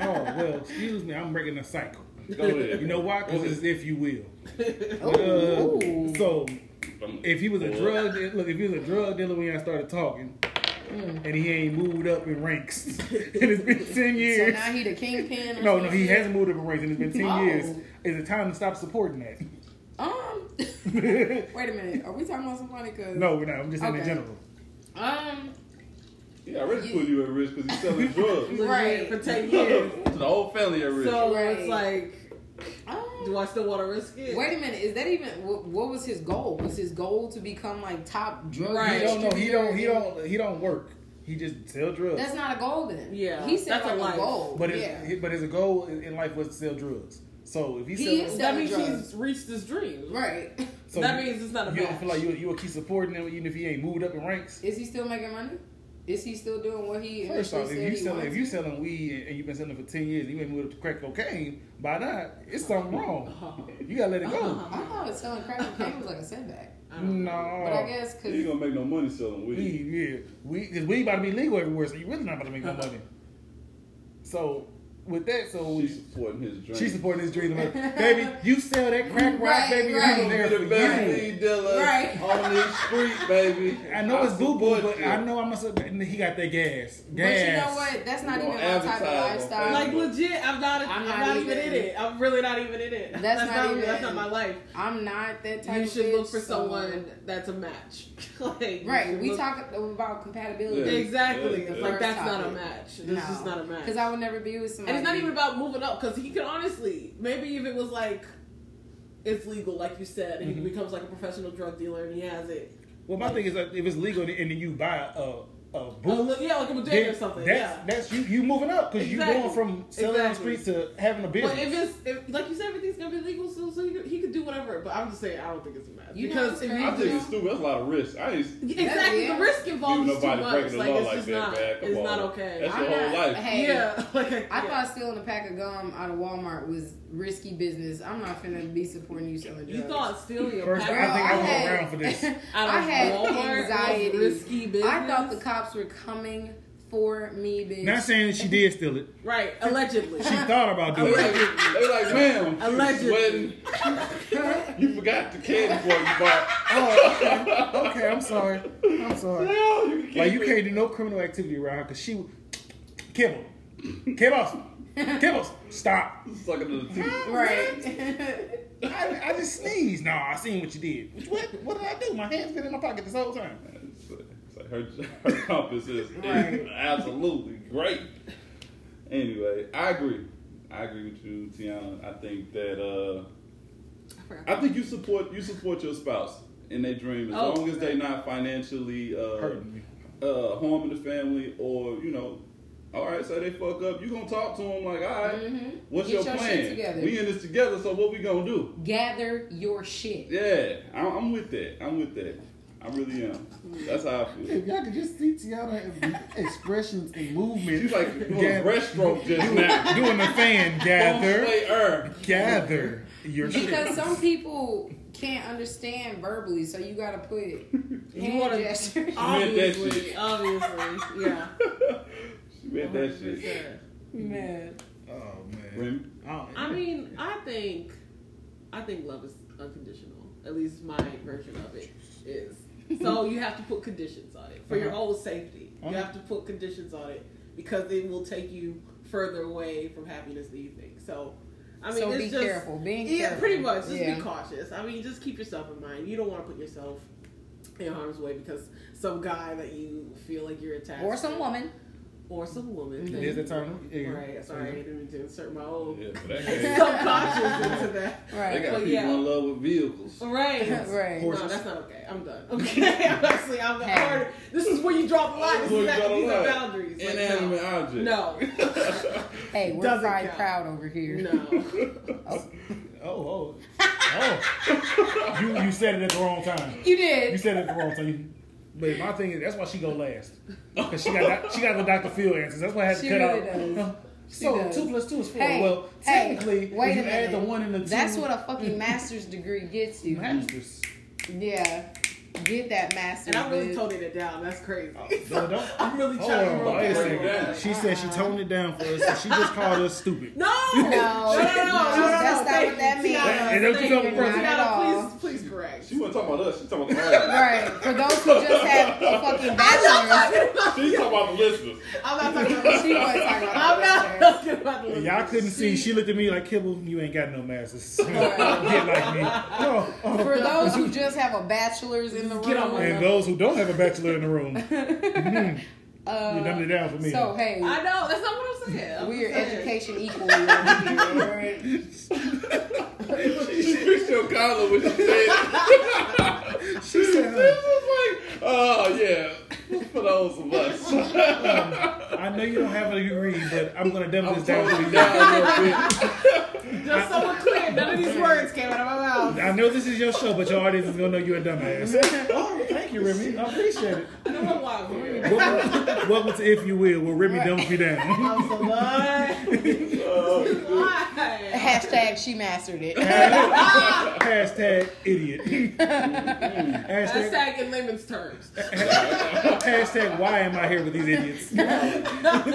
Speaker 1: Oh well, excuse me. I'm breaking a cycle.
Speaker 4: Go ahead.
Speaker 1: You know why? Because
Speaker 4: Go
Speaker 1: it's if you will.
Speaker 2: Ooh, ooh.
Speaker 1: Uh, so
Speaker 4: ahead.
Speaker 1: if he was a
Speaker 4: Boy.
Speaker 1: drug dealer, look, if he was a drug dealer when I started talking, and he ain't moved up in ranks, and it's been ten
Speaker 2: so
Speaker 1: years.
Speaker 2: now he the kingpin or
Speaker 1: no,
Speaker 2: some
Speaker 1: no, he
Speaker 2: shit?
Speaker 1: hasn't moved up in ranks, and it's been ten
Speaker 2: Oh.
Speaker 1: years. Is it time to stop supporting that?
Speaker 2: um wait a minute are we talking about somebody because
Speaker 1: no, we're not. I'm just saying in
Speaker 2: Okay.
Speaker 1: general.
Speaker 2: um
Speaker 4: Yeah, I already put you at risk because he's selling drugs.
Speaker 2: Right.
Speaker 3: For ten years.
Speaker 4: to the whole family at risk.
Speaker 3: So
Speaker 2: Right.
Speaker 3: it's like,
Speaker 2: um
Speaker 3: do I still want to risk it?
Speaker 2: Wait a minute, is that even what, what was his goal? Was his goal to become like top drug?
Speaker 3: Right.
Speaker 1: He don't know. He don't. He
Speaker 2: distributor?
Speaker 1: don't. He don't work. He just sell drugs.
Speaker 2: That's not a goal then.
Speaker 3: Yeah,
Speaker 2: he said
Speaker 3: that's a
Speaker 2: like a,
Speaker 3: life.
Speaker 2: goal.
Speaker 1: But his,
Speaker 2: yeah,
Speaker 1: his- but his goal in in life was to sell drugs. So if he,
Speaker 2: He
Speaker 1: sells,
Speaker 2: is
Speaker 3: That means
Speaker 2: Selling
Speaker 3: he's reached his dream.
Speaker 2: right.
Speaker 1: so
Speaker 3: that
Speaker 1: you-
Speaker 3: means it's not a
Speaker 1: you don't feel
Speaker 3: match.
Speaker 1: like you you will keep supporting him even if he ain't moved up in ranks.
Speaker 2: Is he still making money? Is he still doing what he
Speaker 1: First off, if
Speaker 2: initially said
Speaker 1: you
Speaker 2: he
Speaker 1: selling
Speaker 2: wanted
Speaker 1: if
Speaker 2: to?
Speaker 1: you selling weed and, and you've been selling it for ten years, and you ain't moved up to crack cocaine. By now, it's something
Speaker 2: Uh-huh.
Speaker 1: wrong. You gotta let it go.
Speaker 2: I thought it selling crack cocaine was like a setback,
Speaker 1: No,
Speaker 2: Uh-huh. but I guess
Speaker 4: you ain't
Speaker 2: because
Speaker 4: gonna make no money selling weed.
Speaker 1: weed, yeah, we because weed about to be legal everywhere, so you really not about to make
Speaker 2: Uh-huh.
Speaker 1: no money. So with that, so
Speaker 4: She's supporting his dream.
Speaker 1: she's supporting this dream, like, baby. You sell that crack rock,
Speaker 2: Right,
Speaker 1: baby.
Speaker 2: right.
Speaker 1: and I'm there
Speaker 4: Be
Speaker 1: for
Speaker 4: the best
Speaker 1: you.
Speaker 4: weed dealer
Speaker 2: Right.
Speaker 4: on this street, baby.
Speaker 1: I know it's boo boo,
Speaker 4: support
Speaker 1: but
Speaker 4: you.
Speaker 1: I know I'm a. sub- and He got that gas. Gas.
Speaker 2: but you know what? That's not
Speaker 4: You
Speaker 2: even my
Speaker 4: gonna
Speaker 2: type of
Speaker 4: advertise on
Speaker 2: lifestyle.
Speaker 4: Facebook.
Speaker 3: Like legit, I'm not. I'm not, even, in it. I'm really not even in it.
Speaker 2: That's
Speaker 3: That's,
Speaker 2: not
Speaker 3: not.
Speaker 2: even-
Speaker 3: that's not my life.
Speaker 2: I'm not that type.
Speaker 3: You
Speaker 2: of
Speaker 3: should
Speaker 2: bitch,
Speaker 3: look for
Speaker 2: so-
Speaker 3: someone that's a match. like you
Speaker 2: Right,
Speaker 3: should
Speaker 2: we
Speaker 3: look-
Speaker 2: talk about compatibility.
Speaker 4: Yeah.
Speaker 3: exactly.
Speaker 4: Yeah,
Speaker 3: It's
Speaker 4: yeah.
Speaker 3: like that's not a
Speaker 2: Topic.
Speaker 3: match. This is just not a match.
Speaker 2: Because I would never be with somebody.
Speaker 3: and it's not even about moving up because he could honestly maybe if it was like it's legal, like you said, and
Speaker 4: Mm-hmm.
Speaker 3: he becomes like a professional drug dealer and he has it.
Speaker 1: Well, my thing is, uh, if it's legal and then you buy a a
Speaker 3: Oh,
Speaker 1: booth,
Speaker 3: look, yeah, like a
Speaker 1: then
Speaker 3: bodega or something.
Speaker 1: That's,
Speaker 3: yeah.
Speaker 1: that's you. You moving up because
Speaker 3: Exactly.
Speaker 1: you going from selling
Speaker 3: Exactly.
Speaker 1: on the streets to having a business.
Speaker 3: But if it's if, like you said, everything's gonna be legal, so, so he, could, he could do whatever. But I'm just saying, I don't think it's a match
Speaker 2: You know
Speaker 3: because
Speaker 2: what's
Speaker 3: if
Speaker 2: crazy?
Speaker 4: I
Speaker 3: you
Speaker 4: think it's stupid. That's a lot of risk. I ain't
Speaker 3: exactly
Speaker 2: Yeah.
Speaker 3: the risk involved
Speaker 4: Even
Speaker 3: is too
Speaker 4: nobody breaking
Speaker 3: much.
Speaker 4: the
Speaker 3: Like
Speaker 4: law
Speaker 3: it's
Speaker 4: like
Speaker 3: just
Speaker 4: that,
Speaker 3: not.
Speaker 4: man. Come
Speaker 3: It's
Speaker 4: on.
Speaker 3: not okay.
Speaker 4: That's
Speaker 2: I'm
Speaker 4: your whole
Speaker 2: not-
Speaker 4: life.
Speaker 2: Hey,
Speaker 3: yeah, like
Speaker 2: I
Speaker 3: yeah.
Speaker 2: thought stealing a pack of gum out of Walmart was risky business. I'm not finna be supporting you selling drugs.
Speaker 3: you thought stealing a
Speaker 1: First,
Speaker 3: pack
Speaker 1: I think
Speaker 2: Girl,
Speaker 1: I was
Speaker 2: I had-
Speaker 1: around for this.
Speaker 3: out of
Speaker 2: I had
Speaker 3: Walmart was
Speaker 2: anxiety.
Speaker 3: risky business.
Speaker 2: I thought the cops were coming for me, bitch.
Speaker 1: Not saying that she did steal it.
Speaker 3: right allegedly.
Speaker 1: She thought about doing it.
Speaker 3: Allegedly.
Speaker 4: They like, ma'am, you
Speaker 3: Allegedly.
Speaker 4: sweating. you forgot the candy before you bought.
Speaker 1: Oh, okay. okay. I'm sorry. I'm sorry.
Speaker 4: No, you can
Speaker 1: Like you
Speaker 4: keep
Speaker 1: can't do no criminal activity around her because she kibble, kibbles, kibbles. Stop.
Speaker 4: it. Suck it to the teeth.
Speaker 2: right.
Speaker 1: I, I just sneezed. No, I seen what you did. Which- What? What did I do? My hands been in my pocket this whole time.
Speaker 4: It's like- it's like her, her compass is, is
Speaker 2: Right.
Speaker 4: absolutely great. Anyway, I agree. I agree with you, Tiana. I think that uh,
Speaker 2: crap.
Speaker 4: I think you support you support your spouse in their dream as
Speaker 3: Oh,
Speaker 4: long as they're
Speaker 3: right.
Speaker 4: not financially uh,
Speaker 1: hurting me.
Speaker 4: uh, harming the family or you know. All right, so they fuck up. You gonna talk to them like, all right,
Speaker 2: Mhm.
Speaker 4: what's
Speaker 2: Get
Speaker 4: your,
Speaker 2: your shit
Speaker 4: plan?
Speaker 2: together.
Speaker 4: We in this together, so what we gonna do?
Speaker 2: Gather your shit.
Speaker 4: Yeah, I'm, I'm with that. I'm with that. I really am. That's how I feel.
Speaker 1: If y'all could just see Tiana expressions and movement.
Speaker 4: She's like doing
Speaker 1: Gather-
Speaker 4: breaststroke just now.
Speaker 1: doing the fan
Speaker 4: Don't er.
Speaker 1: gather,
Speaker 4: play her.
Speaker 1: gather your
Speaker 2: Because
Speaker 1: shit.
Speaker 2: some people can't understand verbally, so you gotta put hand
Speaker 3: wanna-
Speaker 2: gestures.
Speaker 4: meant that
Speaker 3: Obviously,
Speaker 4: shit.
Speaker 3: obviously, yeah.
Speaker 4: She read that shit.
Speaker 3: 100%.
Speaker 2: Man.
Speaker 1: Oh man.
Speaker 4: Remy.
Speaker 1: don't-
Speaker 3: I mean, I think, I think love is unconditional. At least my version of it is. So you have to put conditions on it for your
Speaker 4: Uh-huh.
Speaker 3: own safety. You have to put conditions on it because it will take you further away from happiness that you think. So, I mean,
Speaker 2: so
Speaker 3: it's
Speaker 2: be
Speaker 3: just,
Speaker 2: careful. Being
Speaker 3: yeah,
Speaker 2: careful.
Speaker 3: pretty much. Just
Speaker 2: Yeah.
Speaker 3: be cautious. I mean, just keep yourself in mind. You don't want to put yourself in harm's way because some guy that you feel like you're attached
Speaker 2: Or some
Speaker 3: to-
Speaker 2: woman.
Speaker 3: or some woman.
Speaker 1: It is the time. Yeah.
Speaker 3: Right. Sorry, I didn't mean to insert my own
Speaker 4: Yeah, but that game.
Speaker 3: subconscious into that.
Speaker 4: They
Speaker 2: Right.
Speaker 4: got
Speaker 3: But
Speaker 4: people
Speaker 3: yeah.
Speaker 4: in love with vehicles.
Speaker 3: Right.
Speaker 2: Right.
Speaker 3: No, that's not okay. I'm done. Okay. Honestly, I'm the
Speaker 2: Hey.
Speaker 3: harder. This is where you draw the line. This
Speaker 4: Who
Speaker 3: is that,
Speaker 4: draw the
Speaker 3: these are
Speaker 4: line?
Speaker 3: boundaries. Like,
Speaker 4: Inanimate object.
Speaker 3: no.
Speaker 2: Hey, we're
Speaker 3: Doesn't
Speaker 2: pride
Speaker 3: count.
Speaker 2: proud over here.
Speaker 3: No. No.
Speaker 1: Oh, oh, oh! you you said it at the wrong time.
Speaker 2: You
Speaker 1: You
Speaker 2: did.
Speaker 1: said it at the wrong time. But my thing is, that's why she go last. Cause she got she got the Dr. Phil answers. That's why I had to
Speaker 2: She
Speaker 1: cut
Speaker 2: really
Speaker 1: out.
Speaker 2: She
Speaker 1: So
Speaker 2: does.
Speaker 1: two plus two is four.
Speaker 2: Hey,
Speaker 1: well,
Speaker 2: hey,
Speaker 1: technically,
Speaker 2: wait
Speaker 1: if
Speaker 2: a
Speaker 1: you add the
Speaker 2: minute.
Speaker 1: one and the two,
Speaker 2: That's what a fucking master's degree gets you.
Speaker 1: masters.
Speaker 2: Yeah. Get that master's.
Speaker 3: And I'm really
Speaker 2: bitch.
Speaker 3: toning it down. That's crazy.
Speaker 1: No, don't.
Speaker 3: I'm really
Speaker 1: Hold
Speaker 3: trying
Speaker 1: on,
Speaker 3: to roll
Speaker 1: wait a
Speaker 3: that
Speaker 1: second.
Speaker 3: down.
Speaker 5: She said she toned it down for us, and she just called us stupid.
Speaker 3: No. No. No. No.
Speaker 2: No, that's not
Speaker 3: Thank
Speaker 2: what that
Speaker 3: you,
Speaker 2: means.
Speaker 3: Tiana.
Speaker 1: And don't you
Speaker 3: Thank
Speaker 1: feel
Speaker 3: you,
Speaker 1: impressed?
Speaker 3: Tiana,
Speaker 2: Not at all.
Speaker 3: Please, please correct.
Speaker 4: She wasn't talking about us. She talking about the audience.
Speaker 2: Right. For those who just had a fucking bachelor's,
Speaker 4: She talking about the listeners.
Speaker 3: I'm not talking about.
Speaker 2: she wasn't talking about
Speaker 3: I'm
Speaker 2: that.
Speaker 3: not talking about. the-
Speaker 1: Y'all couldn't see. She looked at me like Kibble. You ain't got no masters. Get
Speaker 2: Right.
Speaker 1: like me. No. oh.
Speaker 2: For those who just have a bachelor's in the room,
Speaker 3: Get on my
Speaker 1: And those who don't have a bachelor in the room, you
Speaker 2: uh,
Speaker 1: dumbed it down for me.
Speaker 2: so hey,
Speaker 3: I know. That's not what I'm saying. I'm
Speaker 2: we're
Speaker 3: just saying.
Speaker 2: education equal. over here.
Speaker 4: She fixed your collar when she said it.
Speaker 1: she said,
Speaker 4: This
Speaker 1: "Huh,
Speaker 4: was like, oh yeah, for those of us.
Speaker 1: "I know you don't have a degree, but I'm gonna dumb
Speaker 4: I'm
Speaker 1: this down for
Speaker 4: toning it
Speaker 1: you."
Speaker 4: down a little bit.
Speaker 3: Just so we're clear, none of these words came out of my mouth.
Speaker 1: I know this is your show, but your audience is gonna know you're a dumbass. oh, thank you, Remy. I appreciate it.
Speaker 3: I know I'm wild here.
Speaker 1: Welcome, welcome to If You Will, where Remy dumps me down.
Speaker 3: I'm so lying. Lying.
Speaker 2: Hashtag she mastered it.
Speaker 1: Hashtag idiot. hashtag,
Speaker 3: Hashtag in layman's terms.
Speaker 1: hashtag why am I here with these idiots?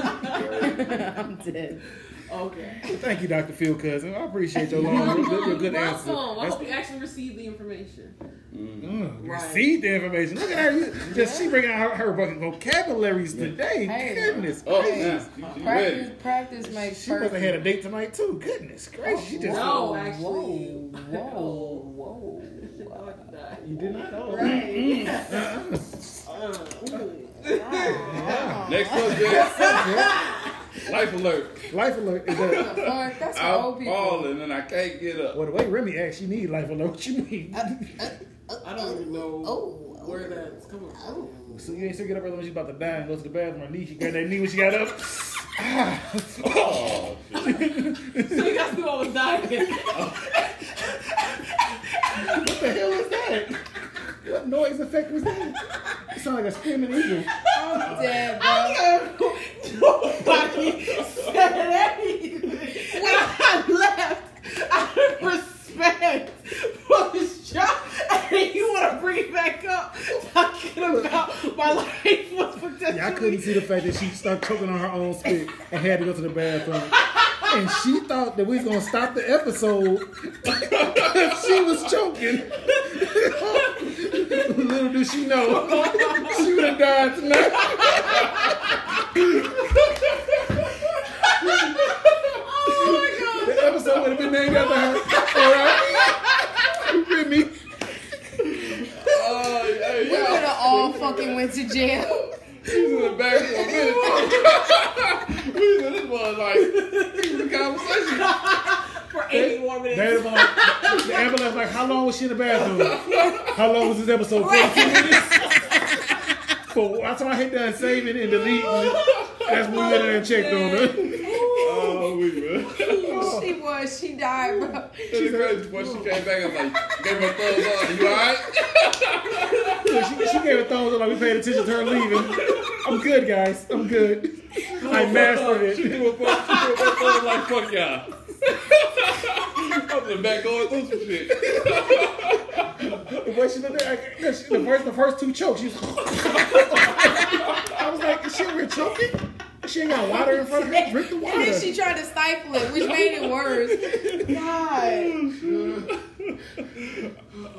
Speaker 2: I'm dead.
Speaker 3: Okay.
Speaker 1: Thank you, Dr. Phil Cousin. I appreciate your long, your, your good answer.
Speaker 3: Welcome. I
Speaker 1: That's-
Speaker 3: hope you actually received the information.
Speaker 1: Mm,
Speaker 3: Right.
Speaker 1: Received the information. Look at her. You- Just she bringing out her fucking vocabularies today.
Speaker 2: Hey.
Speaker 1: Goodness
Speaker 4: Oh,
Speaker 1: gracious.
Speaker 4: now, she, she
Speaker 2: Practice,
Speaker 4: ready.
Speaker 2: practice makes
Speaker 1: She must have had a
Speaker 2: perfect.
Speaker 1: date tonight too. Goodness gracious. She just
Speaker 3: No,
Speaker 2: whoa,
Speaker 3: actually.
Speaker 2: whoa, whoa, whoa.
Speaker 1: you did not know. Uh-uh.
Speaker 2: Right.
Speaker 3: Uh, ooh.
Speaker 4: Next subject. Life alert.
Speaker 1: Life alert is that
Speaker 2: Fuck, that's how old
Speaker 4: I'm
Speaker 2: people.
Speaker 4: falling and I can't get up.
Speaker 1: well the way Remy asked, she need life alert. What you mean?
Speaker 3: Uh, I don't even know
Speaker 2: Oh, oh.
Speaker 3: where that's coming from.
Speaker 1: so you ain't still get up early when she's about to die and go to the bathroom. Her knee, she grabbed that knee when she got up. Ah.
Speaker 4: Oh, shit.
Speaker 3: So you guys knew I was dying.
Speaker 1: What the hell is that? What noise effect was that? It sounded like a screaming eagle.
Speaker 2: I'm dead, bro.
Speaker 3: Nobody said anything. When I left out of respect for this job, and then you want to bring it back up talking about my life was potentially.
Speaker 1: Yeah, I couldn't see the fact that she started choking on her own spit and had to go to the bathroom. And she thought that we was gonna stop the episode. she was choking. Little did she know, she would have died tonight.
Speaker 3: Oh my
Speaker 1: The episode would have been named after her. All right, Remy.
Speaker 4: Oh, hey,
Speaker 2: We would
Speaker 4: y'all.
Speaker 2: have all fucking went to jail.
Speaker 4: She's in the back for a minute. we was in this one like, this is the conversation.
Speaker 3: god! for 80 more
Speaker 1: The
Speaker 3: minutes.
Speaker 1: ambulance, the ambulance like, how long was she in the bathroom? How long was this episode? 42 minutes? For, that's why I hate that saving and deleting. That's when we went in and checked on her.
Speaker 4: Oh, we were.
Speaker 2: she was. She died, bro.
Speaker 4: She's crazy. When she came back, I'm like, gave her a thumbs up. You all right?
Speaker 1: So she, she gave a thumbs up like we paid attention to her leaving. I'm good, guys. I'm good. I mastered
Speaker 4: She
Speaker 1: it.
Speaker 4: threw a fuck. She threw a fuck. I was like, fuck y'all. I'm just back going through some shit.
Speaker 1: The way she looked at like, 'cause she- the first, the first two chokes, she was. I was like, is she over here choking? She ain't got water in front of her. Drink the water.
Speaker 2: And then she tried to stifle it, which made it worse. God.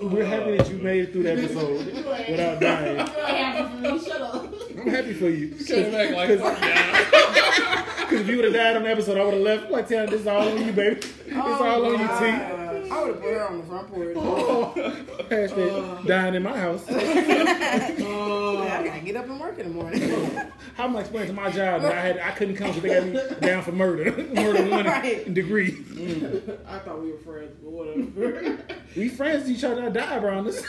Speaker 1: We're happy that you made it through the episode without dying.
Speaker 3: Shut up.
Speaker 1: I'm happy for you.
Speaker 4: Came back like, fuck y'all.
Speaker 1: Because if you would have died on the episode, I would have left. Like, Tanner, this is all on you, baby. It's
Speaker 3: Oh,
Speaker 1: all on you, T.
Speaker 2: T. I would have put her on the front porch.
Speaker 1: Oh,
Speaker 3: Oh.
Speaker 1: hashtag dying in my house.
Speaker 2: I gotta get up and work in the morning.
Speaker 1: How am I explaining to my job that I had I couldn't come because they got me down for murder, murder one
Speaker 2: Right.
Speaker 1: degree.
Speaker 3: I thought we were friends, but whatever.
Speaker 1: We friends to each other. I die around us,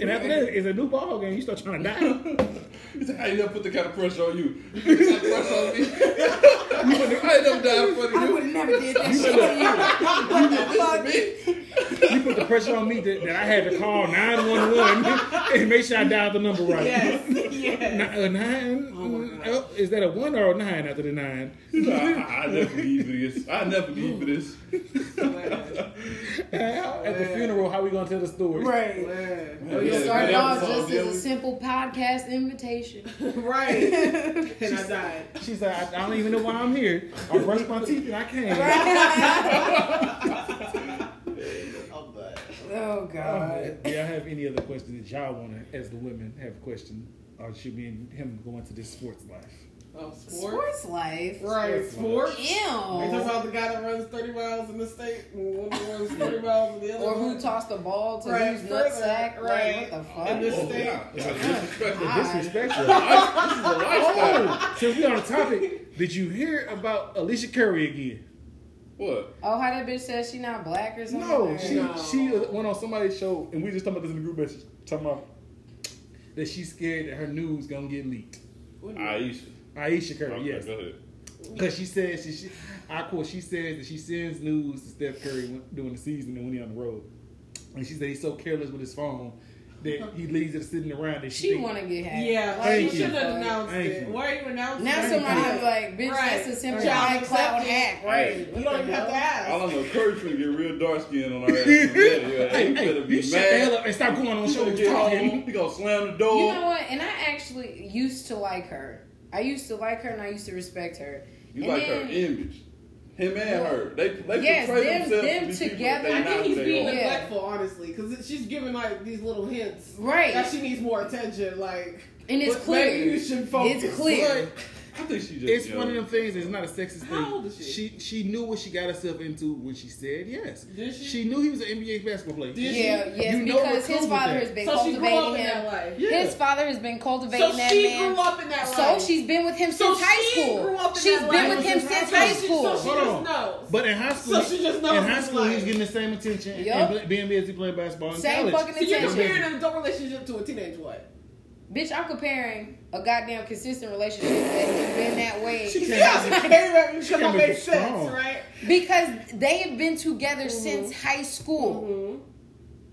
Speaker 1: and after that, it's a new ball game. You start trying to die.
Speaker 4: He said, I ain't never put the kind of pressure on you. You put that pressure on me. You put the- I ain't never died in front of
Speaker 2: I
Speaker 4: you.
Speaker 2: would have never did that shit to you. What the fuck?
Speaker 1: You put the pressure on me that, that I had to call nine one one and make sure I dialed the number right.
Speaker 3: yes, yes.
Speaker 1: Ni- a uh, nine?
Speaker 3: my God.
Speaker 1: Oh, is that a one or a nine after the nine?
Speaker 4: Nah, I, I never need for this. I never need for this.
Speaker 3: Glad.
Speaker 1: At the funeral, how we gonna tell the story?
Speaker 2: Right.
Speaker 3: Glad.
Speaker 4: Yeah,
Speaker 2: It
Speaker 4: good
Speaker 2: Oh, started off
Speaker 4: episode,
Speaker 2: just as a
Speaker 4: yeah. Oh,
Speaker 2: simple podcast invitation.
Speaker 3: Right. and I died.
Speaker 1: She said, I, I don't even know why I'm here. I brushed my teeth and I came.
Speaker 3: Oh, but.
Speaker 2: Oh
Speaker 1: Uh,
Speaker 2: God.
Speaker 1: do y'all have any other questions that y'all want to, as the women, have a question? Or should me and him go into this sports life?
Speaker 3: Oh, sports?
Speaker 2: Sports life.
Speaker 3: Right, sports.
Speaker 2: Ew.
Speaker 3: Are you talking about the guy that runs 30 miles in the state and one that runs 30 miles in the other?
Speaker 2: Or
Speaker 3: one?
Speaker 2: who tossed the ball to
Speaker 3: Right,
Speaker 2: whose
Speaker 3: further,
Speaker 2: nutsack?
Speaker 3: right.
Speaker 2: Like, what the
Speaker 3: And
Speaker 2: fuck?
Speaker 3: this-
Speaker 4: Oh, yeah. It's a disrespectful.
Speaker 2: Ah.
Speaker 4: This
Speaker 1: Disrespectful.
Speaker 4: is a lifestyle.
Speaker 1: oh, since we on the topic, did you hear about Alicia Curry again?
Speaker 4: What?
Speaker 2: Oh, how that bitch says she not black or something?
Speaker 1: No,
Speaker 2: Or-
Speaker 1: she she went on somebody's show, and we just talking about this in the group message, talking about that she's scared that her news gonna get leaked.
Speaker 4: Aisha.
Speaker 1: Aisha Curry,
Speaker 4: Okay,
Speaker 1: yes.
Speaker 4: go ahead.
Speaker 1: Because she says she, she, I quote, she says that she sends news to Steph Curry when, during the season and when he on the road, and she said he's so careless with his phone that he leaves it sitting around. And she,
Speaker 2: She
Speaker 1: think-
Speaker 2: want to get hacked.
Speaker 3: Yeah,
Speaker 1: Thank
Speaker 3: like, you
Speaker 1: you.
Speaker 3: should have announced
Speaker 1: Thank
Speaker 3: it.
Speaker 1: you.
Speaker 3: Why are you announcing
Speaker 2: Now
Speaker 3: it?
Speaker 2: somebody's like, bitch,
Speaker 3: Right.
Speaker 2: that's a simple
Speaker 3: Child
Speaker 2: iCloud
Speaker 3: acceptance.
Speaker 2: hack,
Speaker 4: Hey.
Speaker 2: right?
Speaker 3: You don't even have to
Speaker 4: All
Speaker 3: ask.
Speaker 4: I know, Curry finna get real dark skin on our ass. Oh, Yeah, yeah.
Speaker 1: Hey,
Speaker 4: He
Speaker 1: hey,
Speaker 4: better
Speaker 1: you
Speaker 4: be
Speaker 1: shut the hell
Speaker 4: mad.
Speaker 1: up and stop going on
Speaker 4: He gonna
Speaker 1: shows
Speaker 4: get home.
Speaker 1: talking.
Speaker 4: He gonna slam the
Speaker 2: You
Speaker 1: Oh.
Speaker 4: door.
Speaker 2: know what? And I actually used to like her. I used to like her and I used to respect her.
Speaker 4: You
Speaker 2: and
Speaker 4: like
Speaker 2: then,
Speaker 4: her image. Him and her. They, they
Speaker 2: Yes,
Speaker 4: portray
Speaker 2: them-
Speaker 4: themselves
Speaker 2: them
Speaker 4: to be people
Speaker 2: together.
Speaker 4: that
Speaker 3: I
Speaker 4: they
Speaker 3: think
Speaker 4: not
Speaker 3: he's
Speaker 4: they
Speaker 3: being
Speaker 4: are.
Speaker 2: Yeah.
Speaker 3: neglectful, honestly, because she's giving like these little hints
Speaker 2: Right.
Speaker 3: that she needs more attention. Like,
Speaker 2: And it's
Speaker 3: but
Speaker 2: clear.
Speaker 3: Maybe you should focus.
Speaker 2: It's clear.
Speaker 3: Like,
Speaker 4: I think she just
Speaker 1: It's
Speaker 4: young.
Speaker 1: one of them things. It's not a sexist
Speaker 3: How
Speaker 1: thing.
Speaker 3: old is she?
Speaker 1: she she knew what she got herself into when she said yes.
Speaker 3: Did she?
Speaker 1: knew he was an NBA basketball player.
Speaker 3: Did she?
Speaker 2: yeah, yes,
Speaker 1: You know
Speaker 2: because
Speaker 1: what comes
Speaker 2: his
Speaker 1: with
Speaker 2: father
Speaker 1: that.
Speaker 2: has been
Speaker 3: so she grew
Speaker 2: cultivating
Speaker 3: up in
Speaker 2: him.
Speaker 3: that life.
Speaker 1: Yeah.
Speaker 2: His father has been cultivating
Speaker 3: So
Speaker 2: that
Speaker 3: she
Speaker 2: man.
Speaker 3: grew up in that
Speaker 2: so
Speaker 3: life.
Speaker 2: she's been with him
Speaker 3: So
Speaker 2: since high
Speaker 3: she
Speaker 2: school.
Speaker 3: grew up in
Speaker 2: She's been
Speaker 3: that life.
Speaker 2: with him
Speaker 3: So
Speaker 2: since
Speaker 3: she-
Speaker 2: high
Speaker 3: so she-
Speaker 2: school.
Speaker 3: so Oh, she-
Speaker 1: Hold
Speaker 3: just
Speaker 1: on.
Speaker 3: knows.
Speaker 1: But in high school,
Speaker 3: So she just knows
Speaker 1: in high
Speaker 3: it's
Speaker 1: school, he was
Speaker 3: like-
Speaker 1: getting the same attention
Speaker 2: Yup.
Speaker 1: and being busy playing basketball. In
Speaker 2: Same
Speaker 1: college.
Speaker 2: fucking
Speaker 3: So you're
Speaker 2: attention.
Speaker 3: comparing an adult relationship to a teenage one.
Speaker 2: Bitch, I'm comparing a goddamn consistent relationship that has been that way.
Speaker 1: She
Speaker 3: Yeah, I'm
Speaker 1: can't.
Speaker 3: comparing that because I
Speaker 1: can't make
Speaker 3: make
Speaker 1: it
Speaker 3: sense,
Speaker 1: strong.
Speaker 3: right?
Speaker 2: Because they have been together since high school.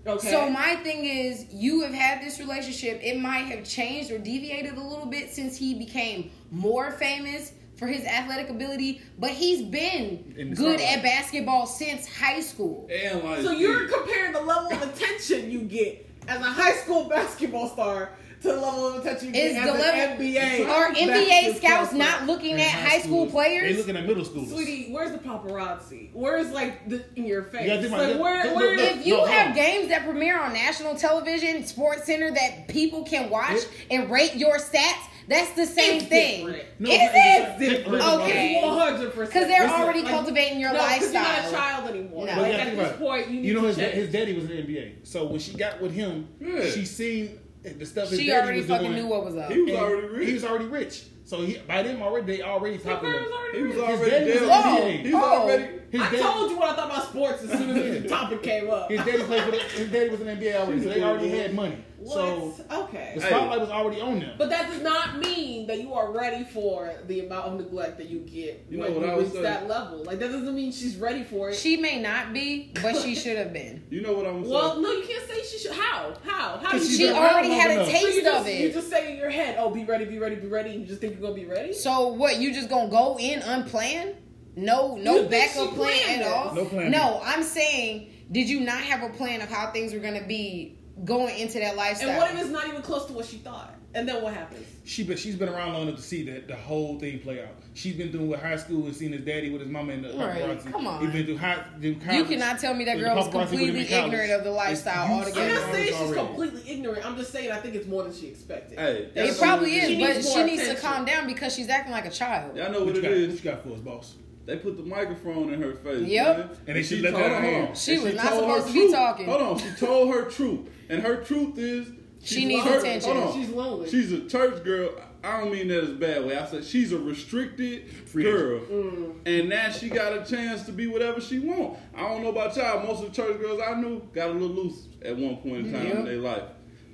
Speaker 3: Okay.
Speaker 2: So my thing is, you have had this relationship. It might have changed or deviated a little bit since he became more famous for his athletic ability, but he's
Speaker 1: In
Speaker 2: been
Speaker 1: the
Speaker 2: good
Speaker 1: spotlight.
Speaker 2: at basketball since high school.
Speaker 4: And like,
Speaker 3: So you're comparing the level of attention you get as a high school basketball star to the level of attention you get
Speaker 2: Is
Speaker 3: as
Speaker 2: the
Speaker 3: an
Speaker 2: level
Speaker 3: NBA.
Speaker 2: are
Speaker 3: basketball
Speaker 2: NBA scouts
Speaker 3: star.
Speaker 2: not looking
Speaker 1: In
Speaker 2: at high school,
Speaker 1: They
Speaker 2: players?
Speaker 1: looking at middle school.
Speaker 3: Sweetie, where's the paparazzi? Where's like the in your face?
Speaker 1: gotta think about
Speaker 3: like
Speaker 1: that.
Speaker 3: where,
Speaker 1: Look,
Speaker 3: where
Speaker 1: look,
Speaker 2: if you
Speaker 1: No,
Speaker 2: have
Speaker 1: no.
Speaker 2: games that premiere on national television, Sports Center that people can watch
Speaker 1: It-
Speaker 2: and rate your stats, that's the same
Speaker 3: It's
Speaker 2: thing.
Speaker 3: different.
Speaker 1: No,
Speaker 2: Is
Speaker 1: it's
Speaker 2: it?
Speaker 1: different.
Speaker 2: Okay.
Speaker 3: one hundred percent.
Speaker 2: Because they're already cultivating your
Speaker 3: no, 'cause
Speaker 2: lifestyle.
Speaker 3: You're not a child anymore.
Speaker 2: No.
Speaker 3: Like,
Speaker 1: But
Speaker 3: at
Speaker 1: think
Speaker 3: this
Speaker 1: about it.
Speaker 3: point, you need
Speaker 1: know
Speaker 3: to
Speaker 1: his,
Speaker 3: change.
Speaker 1: his daddy was in the NBA, so when she got with him,
Speaker 4: Yeah.
Speaker 1: she seen the stuff his
Speaker 2: She
Speaker 1: daddy
Speaker 2: already
Speaker 1: was
Speaker 2: fucking
Speaker 1: doing,
Speaker 2: knew what was up.
Speaker 4: He was
Speaker 1: and
Speaker 4: already rich.
Speaker 1: He was already rich. So he, by them already, they already talking.
Speaker 3: parents
Speaker 1: about-
Speaker 3: already
Speaker 4: He was
Speaker 3: rich.
Speaker 1: His
Speaker 4: already
Speaker 1: daddy was
Speaker 4: dead.
Speaker 2: Oh,
Speaker 4: He was
Speaker 2: oh.
Speaker 4: already.
Speaker 1: His
Speaker 3: I
Speaker 1: daddy-
Speaker 3: told you what I thought about sports as soon as the topic came up.
Speaker 1: His daddy played for the, his daddy was an NBA already, so they already had money.
Speaker 3: What?
Speaker 1: So the
Speaker 3: okay.
Speaker 4: Hey.
Speaker 1: spotlight was already on them.
Speaker 3: But that does not mean that you are ready for the amount of neglect that you get
Speaker 4: You know
Speaker 3: when
Speaker 4: what I
Speaker 3: you
Speaker 4: was
Speaker 3: reach
Speaker 4: saying?
Speaker 3: that level. Like that doesn't mean she's ready for it.
Speaker 2: She may not be, but she should have been.
Speaker 4: You know what I'm saying?
Speaker 3: well, no, you can't say she should. How? How? How? do
Speaker 1: 'Cause
Speaker 3: you
Speaker 1: she's
Speaker 2: She
Speaker 1: been
Speaker 3: do
Speaker 1: around
Speaker 2: already
Speaker 1: long
Speaker 2: had a
Speaker 1: enough.
Speaker 3: that? So
Speaker 2: taste
Speaker 3: you
Speaker 2: of
Speaker 3: just,
Speaker 2: it.
Speaker 3: You just say in your head, "Oh, be ready, be ready, be ready." And you just think you're gonna be ready.
Speaker 2: So what? You just gonna go in unplanned? No, no
Speaker 3: You think she
Speaker 2: backup plan
Speaker 3: planned
Speaker 2: at all.
Speaker 5: this? No plan.
Speaker 2: No, I'm saying, did you not have a plan of how things were gonna be going into that lifestyle?
Speaker 3: And what if it's not even close to what she thought? And then what happens?
Speaker 1: She but she's been around long enough to see that the whole thing play out. She's been doing with high school and seen his daddy with his mama in the
Speaker 2: Right,
Speaker 1: paparazzi.
Speaker 2: come on.
Speaker 1: He's been through high. through
Speaker 2: you
Speaker 1: college.
Speaker 2: cannot tell me that
Speaker 1: The
Speaker 2: girl was
Speaker 1: paparazzi would've been
Speaker 2: completely
Speaker 1: in college.
Speaker 2: ignorant of the lifestyle
Speaker 1: You
Speaker 3: I'm
Speaker 1: Yeah,
Speaker 2: altogether.
Speaker 3: not saying she's
Speaker 1: already.
Speaker 3: completely ignorant. I'm just saying I think it's more than she expected.
Speaker 4: Hey,
Speaker 3: That's
Speaker 2: It probably
Speaker 3: she
Speaker 2: is,
Speaker 3: needs
Speaker 2: but she
Speaker 3: more
Speaker 2: needs to
Speaker 3: attention.
Speaker 2: calm down because she's acting like a child.
Speaker 4: y'all know
Speaker 1: What
Speaker 4: what
Speaker 1: you,
Speaker 4: it
Speaker 1: got,
Speaker 4: is.
Speaker 1: what you got for us, boss?
Speaker 4: They put the microphone in her face.
Speaker 2: Yep.
Speaker 4: man.
Speaker 1: And they should let that
Speaker 4: told-
Speaker 1: hang.
Speaker 4: hold on.
Speaker 2: She
Speaker 4: And
Speaker 2: was not
Speaker 4: told her
Speaker 2: supposed to be
Speaker 4: truth.
Speaker 2: talking.
Speaker 4: Hold on. She told her truth. And her truth is.
Speaker 2: She
Speaker 4: she's
Speaker 2: needs
Speaker 4: her-
Speaker 2: attention.
Speaker 4: Hold on.
Speaker 3: She's lonely.
Speaker 4: She's a church girl. I don't mean that as a bad way. I said she's a restricted girl.
Speaker 2: Mm.
Speaker 4: And now she got a chance to be whatever she want. I don't know about y'all. Most of the church girls I knew got a little loose at one point in time in
Speaker 2: Yep.
Speaker 4: their life.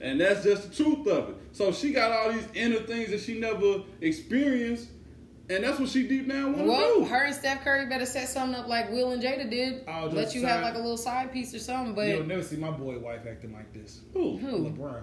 Speaker 4: And that's just the truth of it. So she got all these inner things that she never experienced. And that's what she deep down want to
Speaker 2: Well,
Speaker 4: do.
Speaker 2: her and Steph Curry better set something up like Will and Jada did.
Speaker 1: I'll just
Speaker 2: Let you have
Speaker 1: sign-
Speaker 2: like a little side piece or something, but
Speaker 1: You'll never see my boy wife acting like this.
Speaker 4: Who?
Speaker 2: who?
Speaker 1: LeBron.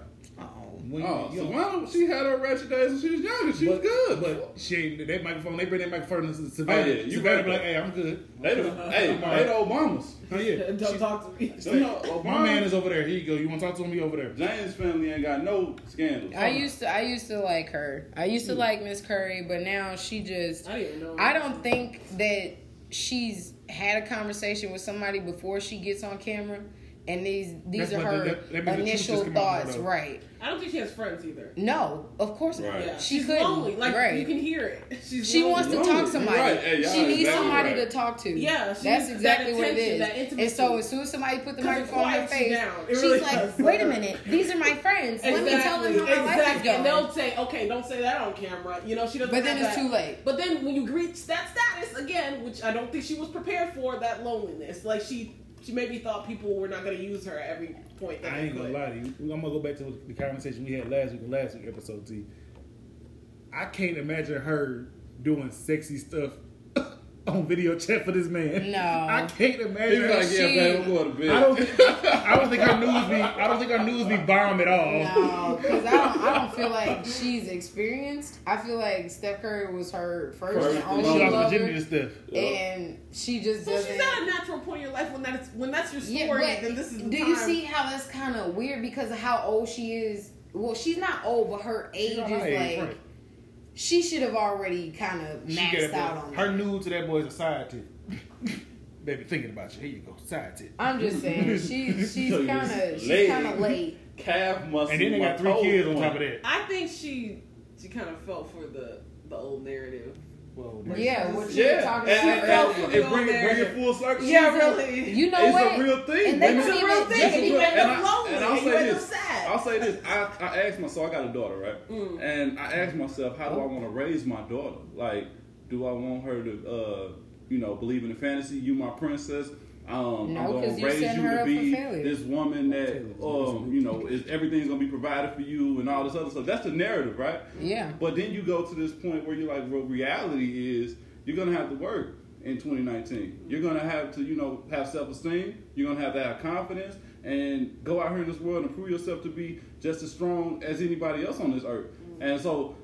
Speaker 1: When-
Speaker 4: Oh,
Speaker 1: you don't-
Speaker 4: Uh, Savannah, she had her ratchet days when she was younger. She was good.
Speaker 1: But she ain't that microphone. They bring that microphone to Savannah.
Speaker 4: Oh, yeah, you
Speaker 1: Savannah be
Speaker 4: right.
Speaker 1: like, "Hey, I'm good."
Speaker 4: they the, hey,
Speaker 1: All right.
Speaker 4: they the Obamas.
Speaker 1: Oh yeah.
Speaker 3: Don't talk to me.
Speaker 1: She's like,
Speaker 4: No, Obama-
Speaker 1: my man is over there. Here you go. You want to talk to him? He over there.
Speaker 4: James family ain't got no scandals.
Speaker 2: I used to I used to like her. I used to like Miss Curry, but now she just
Speaker 3: I didn't know.
Speaker 2: I don't think that she's had a conversation with somebody before she gets on camera, and these these
Speaker 1: That's
Speaker 2: are
Speaker 1: what the-
Speaker 2: her
Speaker 1: that- that means the truth
Speaker 2: initial
Speaker 1: just come out of her
Speaker 2: thoughts.
Speaker 1: mouth.
Speaker 2: Right?
Speaker 3: I don't think she has friends either.
Speaker 2: No, of course
Speaker 4: Right.
Speaker 2: not.
Speaker 3: Yeah.
Speaker 2: She
Speaker 3: she's
Speaker 2: couldn't.
Speaker 3: lonely. Like
Speaker 2: right.
Speaker 3: you can hear it. She's
Speaker 2: she
Speaker 3: lonely.
Speaker 2: wants to
Speaker 4: Lonely.
Speaker 2: talk to
Speaker 4: You're
Speaker 2: somebody.
Speaker 4: right. Hey, y'all
Speaker 2: she needs
Speaker 4: exactly
Speaker 2: somebody
Speaker 4: right.
Speaker 2: to talk to.
Speaker 3: Yeah,
Speaker 2: that's
Speaker 3: she needs
Speaker 2: exactly
Speaker 3: that
Speaker 2: what it
Speaker 3: attention,
Speaker 2: is.
Speaker 3: that
Speaker 2: and
Speaker 3: intimacy.
Speaker 2: so as soon as somebody put the
Speaker 3: 'Cause it
Speaker 2: microphone in her
Speaker 3: quiets you
Speaker 2: face,
Speaker 3: down. It
Speaker 2: she's
Speaker 3: really
Speaker 2: like,
Speaker 3: does.
Speaker 2: "Wait a minute, these are my friends. Let me tell them how my life is
Speaker 3: Exactly.
Speaker 2: going."
Speaker 3: And they'll say, okay, don't say that on camera. You know, she doesn't.
Speaker 2: But then
Speaker 3: have
Speaker 2: it's
Speaker 3: that.
Speaker 2: too late.
Speaker 3: But then when you reach that status again, which I don't think she was prepared for, that loneliness. Like she, she maybe thought people were not going to use her at every point. that
Speaker 1: I
Speaker 3: they
Speaker 1: ain't gonna
Speaker 3: could.
Speaker 1: lie to you. I'm gonna go back to the conversation we had last week, the last week episode. T. I can't imagine her doing sexy stuff on video chat for this man.
Speaker 2: No.
Speaker 1: I can't
Speaker 4: He
Speaker 1: imagine.
Speaker 4: was like, yeah,
Speaker 2: She-
Speaker 4: babe, I'm going to bed.
Speaker 1: I don't. Think, I don't think her news be. I don't think her news be bomb at all.
Speaker 2: No, because I don't, I don't feel like she's experienced. I feel like Steph Curry was her first,
Speaker 4: First
Speaker 2: and
Speaker 4: and
Speaker 1: She
Speaker 2: only
Speaker 4: last.
Speaker 1: lost
Speaker 2: lover,
Speaker 1: virginity to Steph.
Speaker 2: and she just
Speaker 3: So
Speaker 2: doesn't.
Speaker 3: she's at a natural point in your life when that's when that's your
Speaker 2: yeah,
Speaker 3: story.
Speaker 2: but
Speaker 3: then this is the
Speaker 2: do
Speaker 3: time.
Speaker 2: you see how that's kind of weird because of how old she is? Well, she's not old, but her age
Speaker 1: She's
Speaker 2: is
Speaker 1: not
Speaker 2: like
Speaker 1: my age, right.
Speaker 2: she should have already kind of
Speaker 1: She got
Speaker 2: maxed out
Speaker 1: that boy-
Speaker 2: on that.
Speaker 1: her nude to that boy is a side tip. Baby, thinking about you. Here you go, side tip.
Speaker 2: I'm just saying she she's
Speaker 4: So you
Speaker 2: kind of
Speaker 4: just
Speaker 2: she's kind of late.
Speaker 4: Calf muscle.
Speaker 1: And then they
Speaker 4: my
Speaker 1: got three
Speaker 4: toes
Speaker 1: kids on
Speaker 4: point.
Speaker 1: top of that.
Speaker 3: I think she she kind of fell for the the old narrative.
Speaker 1: Whoa,
Speaker 2: Yeah, what you were
Speaker 4: Yeah,
Speaker 2: talking
Speaker 4: and,
Speaker 2: about
Speaker 4: and,
Speaker 3: felt
Speaker 2: earlier.
Speaker 4: and,
Speaker 3: for
Speaker 4: and
Speaker 3: the
Speaker 4: bring, it, bring
Speaker 3: narrative.
Speaker 4: it full circle.
Speaker 3: Yeah, really.
Speaker 2: You know
Speaker 4: it's
Speaker 2: what?
Speaker 4: a real thing.
Speaker 2: And they
Speaker 4: It's
Speaker 2: don't
Speaker 3: a
Speaker 2: even-
Speaker 3: real thing.
Speaker 2: that's a
Speaker 3: You
Speaker 2: real-
Speaker 3: end
Speaker 4: and
Speaker 3: up lonely,
Speaker 4: I, will
Speaker 3: you
Speaker 4: say
Speaker 3: end up
Speaker 4: this.
Speaker 3: sad.
Speaker 4: I'll say this. I, I asked myself. I got a daughter, right?
Speaker 2: Mm.
Speaker 4: And I asked myself, how
Speaker 2: Oh.
Speaker 4: do I want to raise my daughter? Like, do I want her to, uh, you know, believe in the fantasy? You my princess. Um,
Speaker 2: No,
Speaker 4: I'm gonna
Speaker 2: 'cause you
Speaker 4: raise
Speaker 2: setting
Speaker 4: you
Speaker 2: her
Speaker 4: to
Speaker 2: up
Speaker 4: be
Speaker 2: for failure.
Speaker 4: this woman that,
Speaker 1: Taylor's
Speaker 4: um, you know, is everything's gonna be provided for you and all this other stuff. That's the narrative, right?
Speaker 2: Yeah.
Speaker 4: But then you go to this point where you're like, well, reality is you're gonna have to work in 2019. You're gonna have to, you know, have self-esteem. You're gonna have to have confidence and go out here in this world and prove yourself to be just as strong as anybody else on this earth. And so,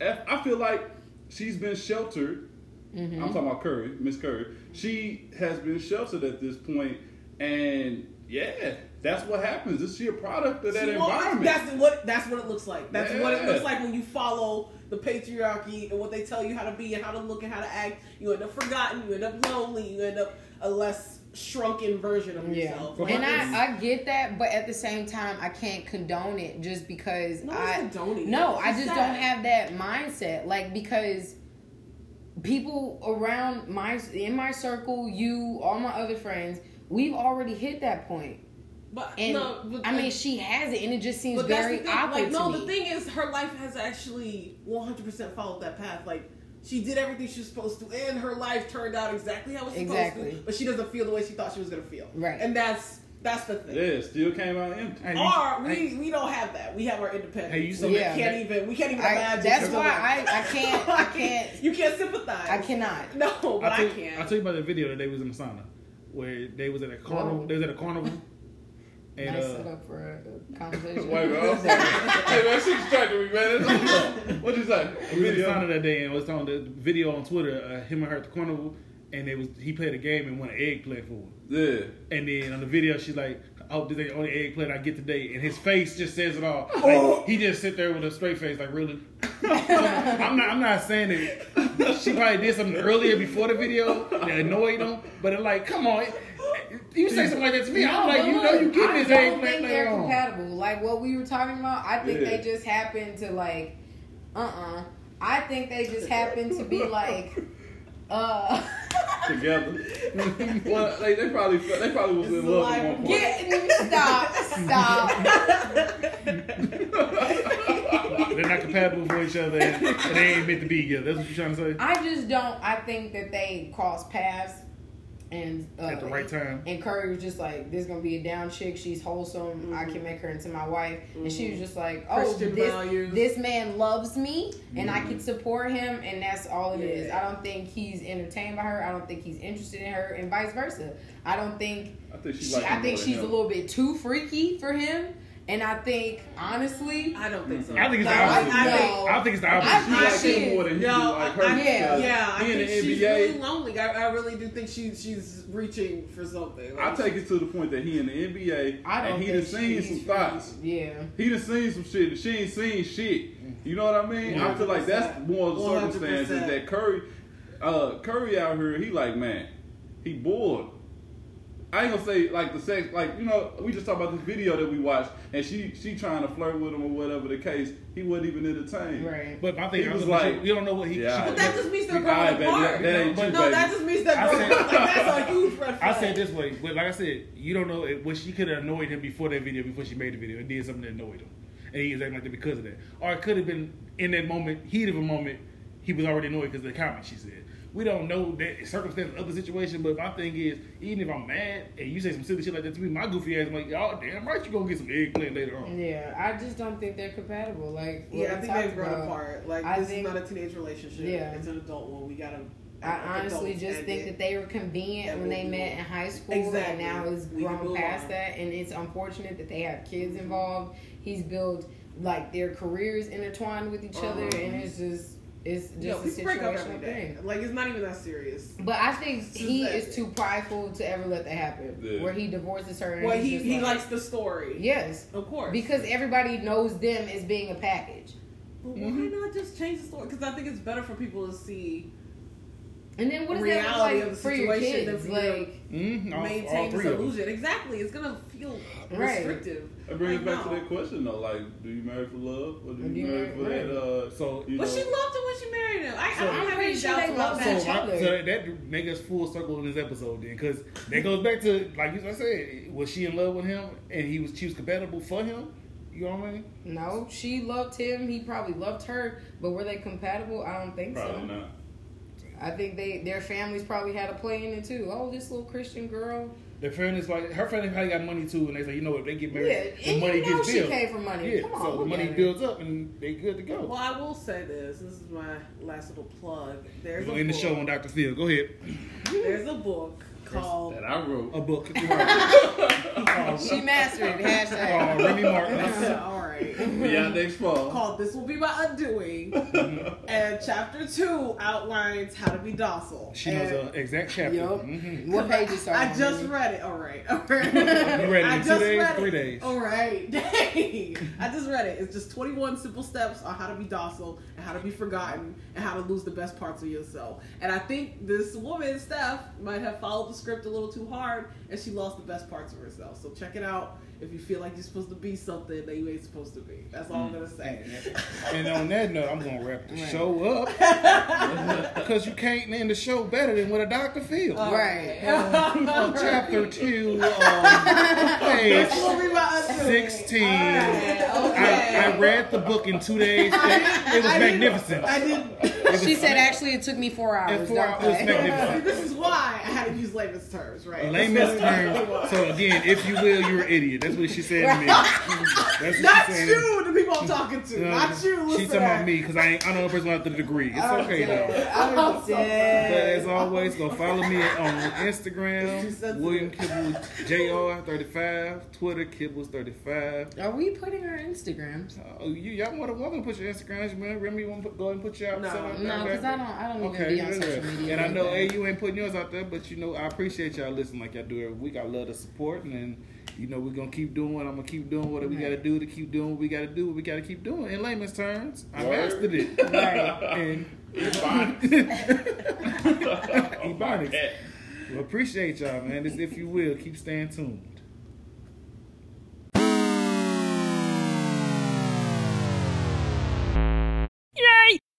Speaker 4: I I feel like she's been sheltered. I'm talking about Curry, Miss Curry. She has been sheltered at this point, and yeah, that's what happens. Is she a product of that
Speaker 3: She won't-
Speaker 4: environment?
Speaker 3: That's what that's what it looks like. That's what it
Speaker 4: Yeah.
Speaker 3: looks like when you follow the patriarchy and what they tell you how to be and how to look and how to act. You end up forgotten. You end up lonely. You end up a less shrunken version of yourself. Like,
Speaker 2: And
Speaker 3: it's-
Speaker 2: I, I get that, but at the same time, I can't condone it just because
Speaker 3: No one's
Speaker 2: I
Speaker 3: condoning it.
Speaker 2: No,
Speaker 3: It's
Speaker 2: I just
Speaker 3: sad.
Speaker 2: don't have that mindset. Like because people around my in my circle, you, all my other friends, we've already hit that point.
Speaker 3: But
Speaker 2: And
Speaker 3: no, but,
Speaker 2: I mean, she has it, and it just seems
Speaker 3: but that's the
Speaker 2: very
Speaker 3: thing.
Speaker 2: awkward
Speaker 3: Like, no,
Speaker 2: to
Speaker 3: the
Speaker 2: me.
Speaker 3: thing is, her life has actually 100% followed that path. Like, she did everything she was supposed to, and her life turned out exactly how it was supposed
Speaker 2: Exactly.
Speaker 3: to. But she doesn't feel the way she thought she was gonna feel.
Speaker 2: Right.
Speaker 3: And that's that's the thing.
Speaker 4: Yeah, it still came out empty.
Speaker 1: Hey, you-
Speaker 3: Or we,
Speaker 1: hey,
Speaker 3: we don't have that. We have our independence.
Speaker 1: Hey, you
Speaker 3: so
Speaker 1: saw
Speaker 3: we
Speaker 2: that-
Speaker 3: can't even we can't even
Speaker 2: I,
Speaker 3: imagine.
Speaker 2: that's
Speaker 3: something
Speaker 2: why
Speaker 3: like
Speaker 2: I, I can't I
Speaker 3: Like,
Speaker 2: can't
Speaker 3: You can't sympathize.
Speaker 2: I cannot.
Speaker 3: No, but I,
Speaker 1: I, told,
Speaker 3: can.
Speaker 1: I told you about the video that they was in the sauna, where they was at a carnival.
Speaker 2: Whoa.
Speaker 1: They was at a carnival, and
Speaker 2: nice
Speaker 1: uh,
Speaker 2: setup for a conversation.
Speaker 4: Wait, bro, I'm sorry. hey, that shit distracted me, man. That's what you say?
Speaker 1: we was in the
Speaker 4: Video.
Speaker 1: sauna that day, and it was on the video on Twitter. Uh, him and her at the carnival, and they was he played a game and won an egg play for him.
Speaker 4: Yeah.
Speaker 1: And then on the video, she's like, "I hope this ain't the only egg plate I get today." And his face just says it all. Like,
Speaker 2: Oh.
Speaker 1: He just sit there with a straight face, like, "Really?" I'm not. I'm not saying that she probably did something earlier before the video that annoyed him, but it like, come on, you say something like that to me, I'm like,
Speaker 2: but
Speaker 1: you know, you
Speaker 2: look,
Speaker 1: get this
Speaker 2: I
Speaker 1: egg
Speaker 2: don't
Speaker 1: plate
Speaker 2: think they're
Speaker 1: later on.
Speaker 2: compatible. Like what we were talking about, I think
Speaker 4: Yeah.
Speaker 2: they just happen to like, uh, uh I think they just happen to be like, uh,
Speaker 4: Together. well, like, they probably fe- they probably was
Speaker 3: This is
Speaker 4: in
Speaker 3: a
Speaker 4: love at
Speaker 3: lie.
Speaker 4: one point.
Speaker 2: get stop, stop.
Speaker 1: They're not compatible for each other, and, and they ain't meant to be together. That's what you're trying to say.
Speaker 2: I just don't. I think that they cross paths, and uh,
Speaker 1: At the right time.
Speaker 2: And Curry was just like, "This gonna be a down chick. She's wholesome. I can make her into my wife." And she was just like, "Oh,
Speaker 3: Mm-hmm. Christian
Speaker 2: this,
Speaker 3: values. Mm-hmm.
Speaker 2: this man loves me, and I can support him, and that's all it is.
Speaker 3: Yeah.
Speaker 2: I don't think he's entertained by her. I don't think he's interested in her, and vice versa. I don't think
Speaker 4: I think she
Speaker 2: she,
Speaker 4: liked
Speaker 2: I
Speaker 4: him
Speaker 2: think
Speaker 4: more
Speaker 2: she's
Speaker 4: than
Speaker 2: a
Speaker 4: him.
Speaker 2: little bit too freaky for him. And I think honestly,
Speaker 3: I don't think so.
Speaker 1: I think it's
Speaker 2: No,
Speaker 1: the opposite.
Speaker 2: I- no.
Speaker 1: I think it's the
Speaker 2: I-
Speaker 1: opposite.
Speaker 4: She
Speaker 2: I
Speaker 4: liked
Speaker 2: see.
Speaker 4: him more than he
Speaker 3: Yo,
Speaker 4: did like her.
Speaker 3: I-
Speaker 2: Yeah.
Speaker 3: Yeah, I
Speaker 4: He in
Speaker 3: think
Speaker 4: the
Speaker 3: she's
Speaker 4: NBA.
Speaker 3: really lonely. I, I really do think she she's reaching for something.
Speaker 4: I
Speaker 3: Like,
Speaker 4: take it to the point that he in the NBA
Speaker 2: I don't.
Speaker 4: and he done
Speaker 2: think
Speaker 4: seen
Speaker 2: she's
Speaker 4: some
Speaker 2: really-
Speaker 4: thoughts.
Speaker 2: Yeah.
Speaker 4: He done seen some shit that she ain't seen shit. You know what I mean? I feel like that's more of the
Speaker 3: 100%.
Speaker 4: circumstances that Curry, uh, Curry out here, he like man, he bored. I ain't gonna say like the sex, like you know, we just talked about this video that we watched, and she she trying to flirt with him or whatever the case. He wasn't even entertained.
Speaker 2: Right.
Speaker 1: But my thing
Speaker 4: He
Speaker 1: I
Speaker 4: was
Speaker 1: was like,
Speaker 4: like,
Speaker 1: you don't know what he.
Speaker 4: yeah,
Speaker 1: she-
Speaker 4: I-
Speaker 3: But that just means they're
Speaker 4: You
Speaker 3: growing
Speaker 4: alright, baby.
Speaker 3: apart.
Speaker 4: That ain't
Speaker 1: No,
Speaker 4: you,
Speaker 3: no,
Speaker 4: baby.
Speaker 3: that just means they're
Speaker 1: I said-
Speaker 3: growing apart. Like, that's a huge red flag.
Speaker 1: I said it this way, but like I said, you don't know it, what she could have annoyed him before that video, before she made the video, and did something that annoyed him, and he was acting like that because of that, or it could have been in that moment, heat of a moment, he was already annoyed because of the comment she said. We don't know that circumstance of the situation, but my thing is, even if I'm mad and you say some silly shit like that to me, my goofy ass, I'm like, y'all damn right, you gonna get some eggplant later on.
Speaker 2: Yeah, I just don't think they're compatible. Like, what
Speaker 3: Yeah,
Speaker 2: we
Speaker 3: I think they've
Speaker 2: talked
Speaker 3: grown
Speaker 2: about.
Speaker 3: apart. Like
Speaker 2: I
Speaker 3: this
Speaker 2: think-
Speaker 3: is not a teenage relationship.
Speaker 2: Yeah.
Speaker 3: It's an adult one. We gotta.
Speaker 2: I honestly just think that they were
Speaker 3: That
Speaker 2: convenient when
Speaker 3: will
Speaker 2: they
Speaker 3: be
Speaker 2: met
Speaker 3: more-
Speaker 2: in high school,
Speaker 3: Exactly.
Speaker 2: and now it's
Speaker 3: We can
Speaker 2: grown
Speaker 3: move
Speaker 2: past
Speaker 3: on. Mm-hmm.
Speaker 2: that. And it's unfortunate that they have kids involved. He's built like their careers intertwined with each other,
Speaker 3: Uh-huh.
Speaker 2: and it's just it's just
Speaker 3: Yo,
Speaker 2: a
Speaker 3: people break up every
Speaker 2: situational
Speaker 3: day.
Speaker 2: thing.
Speaker 3: Like it's not even that serious.
Speaker 2: But I think
Speaker 3: This is
Speaker 2: he
Speaker 3: that
Speaker 2: is
Speaker 3: thing.
Speaker 2: too prideful to ever let that happen.
Speaker 4: Yeah.
Speaker 2: Where he divorces her. And
Speaker 3: Well,
Speaker 2: he's
Speaker 3: he
Speaker 2: just
Speaker 3: he
Speaker 2: like-
Speaker 3: likes the story.
Speaker 2: yes,
Speaker 3: Of course.
Speaker 2: because everybody knows them as being a package.
Speaker 3: But why
Speaker 2: Mm-hmm.
Speaker 3: not just change the story? Because I think it's better for people to see
Speaker 2: And then what does that
Speaker 3: Reality
Speaker 2: look
Speaker 3: of
Speaker 2: like
Speaker 3: the
Speaker 2: for your
Speaker 3: situation
Speaker 2: kids?
Speaker 3: of your-
Speaker 2: Like.
Speaker 1: Mm-hmm.
Speaker 3: maintain this illusion. Exactly. It's gonna feel
Speaker 2: Right.
Speaker 3: restrictive.
Speaker 4: That brings
Speaker 3: Like,
Speaker 4: back to
Speaker 3: no.
Speaker 4: that question though, like, do you marry for love or do you,
Speaker 2: do you
Speaker 4: marry
Speaker 2: marry-
Speaker 4: for
Speaker 2: right.
Speaker 4: that? Uh,
Speaker 1: So-
Speaker 4: you
Speaker 3: But
Speaker 4: know-
Speaker 3: she loved him when she married him. I, I
Speaker 2: I'm
Speaker 3: don't have
Speaker 2: pretty
Speaker 3: any
Speaker 2: sure
Speaker 3: doubts
Speaker 2: they
Speaker 3: about
Speaker 2: loved
Speaker 3: that.
Speaker 2: each
Speaker 1: So, I-
Speaker 2: other.
Speaker 1: so that, that make us full circle in this episode then, because that goes back to like you I said, was she in love with him and he was she was compatible for him? You know what I mean?
Speaker 2: No, she loved him. He probably loved her, but were they compatible? I don't think
Speaker 4: Probably
Speaker 2: so.
Speaker 4: not.
Speaker 2: I think they their families probably had a play in it too. Oh, this little Christian girl.
Speaker 1: Their friend is like her friend probably got money too, and they say you know if they get married,
Speaker 2: Yeah,
Speaker 1: the
Speaker 2: and
Speaker 1: money
Speaker 2: you know
Speaker 1: gets
Speaker 2: she
Speaker 1: built.
Speaker 2: came from money.
Speaker 1: Yeah,
Speaker 2: Come on,
Speaker 1: so the
Speaker 2: look
Speaker 1: money
Speaker 2: at it.
Speaker 1: builds up and they good to go.
Speaker 3: Well, I will say this. This is my last little plug.
Speaker 1: We're
Speaker 3: There's a
Speaker 1: gonna end the
Speaker 3: book.
Speaker 1: show on Dr. Phil. Go ahead.
Speaker 3: There's a book called
Speaker 4: That I wrote.
Speaker 1: A book.
Speaker 2: She mastered it. Hashtag.
Speaker 1: Oh, Remy Martin.
Speaker 3: All right.
Speaker 4: Be out next fall.
Speaker 3: Called This Will Be My Undoing.
Speaker 1: Mm-hmm.
Speaker 3: and chapter two outlines how to be docile.
Speaker 1: She knows
Speaker 3: And
Speaker 1: the exact chapter.
Speaker 2: Yup.
Speaker 1: Mhm.
Speaker 2: What pages are
Speaker 3: Mm-hmm. I
Speaker 2: on
Speaker 3: just
Speaker 2: it?
Speaker 3: read it. All right. All right.
Speaker 1: You read it
Speaker 3: I
Speaker 1: in two
Speaker 3: just
Speaker 1: days,
Speaker 3: read
Speaker 1: three
Speaker 3: it.
Speaker 1: days?
Speaker 3: All right. Dang. I just read it. It's just 21 simple steps on how to be docile and how to be forgotten and how to lose the best parts of yourself. And I think this woman, Steph, might have followed the script a little too hard and she lost the best parts of herself. So check it out. if you feel like you're supposed to be something that you ain't supposed to be. That's
Speaker 1: Mm.
Speaker 3: all I'm gonna say.
Speaker 1: And on that note, I'm gonna wrap the
Speaker 2: Right.
Speaker 1: show up because you can't end the show better than what a doctor feels.
Speaker 2: Right.
Speaker 1: Chapter two, um, page
Speaker 3: That's what we about to do.
Speaker 1: sixteen.
Speaker 3: Alright, okay.
Speaker 1: I, I read the book in two days. It, it was
Speaker 3: I didn't-
Speaker 1: magnificent.
Speaker 3: I didn't.
Speaker 2: She said, actually, it took me four hours.
Speaker 1: four
Speaker 2: don't
Speaker 1: hours,
Speaker 2: play.
Speaker 1: man. Magnificent.
Speaker 3: this is why I had to use layman's terms, right?
Speaker 1: Layman's
Speaker 3: That's what
Speaker 1: term.
Speaker 3: it was.
Speaker 1: So again, if you will, you're an idiot. That's what she said to me. That's what
Speaker 3: Not
Speaker 1: she said.
Speaker 3: you, the people I'm talking to. Not you. Oh,
Speaker 1: She
Speaker 3: Listen
Speaker 1: talking about
Speaker 3: up.
Speaker 1: me because I ain't, I know a person without the degree. It's
Speaker 3: I'm
Speaker 1: okay though.
Speaker 3: dead. I'm
Speaker 1: But
Speaker 3: dead.
Speaker 1: as always, go follow me on Instagram,
Speaker 3: sensitive.
Speaker 1: William Kibbles Jr35, Twitter Kibbles35.
Speaker 2: Are we putting our Instagrams?
Speaker 1: Oh, you y'all want to welcome put your Instagrams, man. Remy, you want to go ahead and put your out
Speaker 3: No.
Speaker 1: something like
Speaker 2: No,
Speaker 1: that?
Speaker 2: because I don't. I don't even be on
Speaker 1: yeah,
Speaker 2: social
Speaker 1: yeah.
Speaker 2: media.
Speaker 1: And I
Speaker 2: like
Speaker 1: know, hey,
Speaker 2: that.
Speaker 1: you ain't putting yours out there, but you know, I appreciate y'all listening like y'all do every week. I love the support, and, then, you know, we're gonna keep doing. I'm gonna keep doing what we
Speaker 2: Right.
Speaker 1: gotta do to keep doing what we gotta do. What we gotta keep doing. In layman's terms, I
Speaker 4: Word.
Speaker 1: mastered it. and
Speaker 4: Ebonics.
Speaker 1: Ebonics. we appreciate y'all, man. This, if you will, keep staying tuned.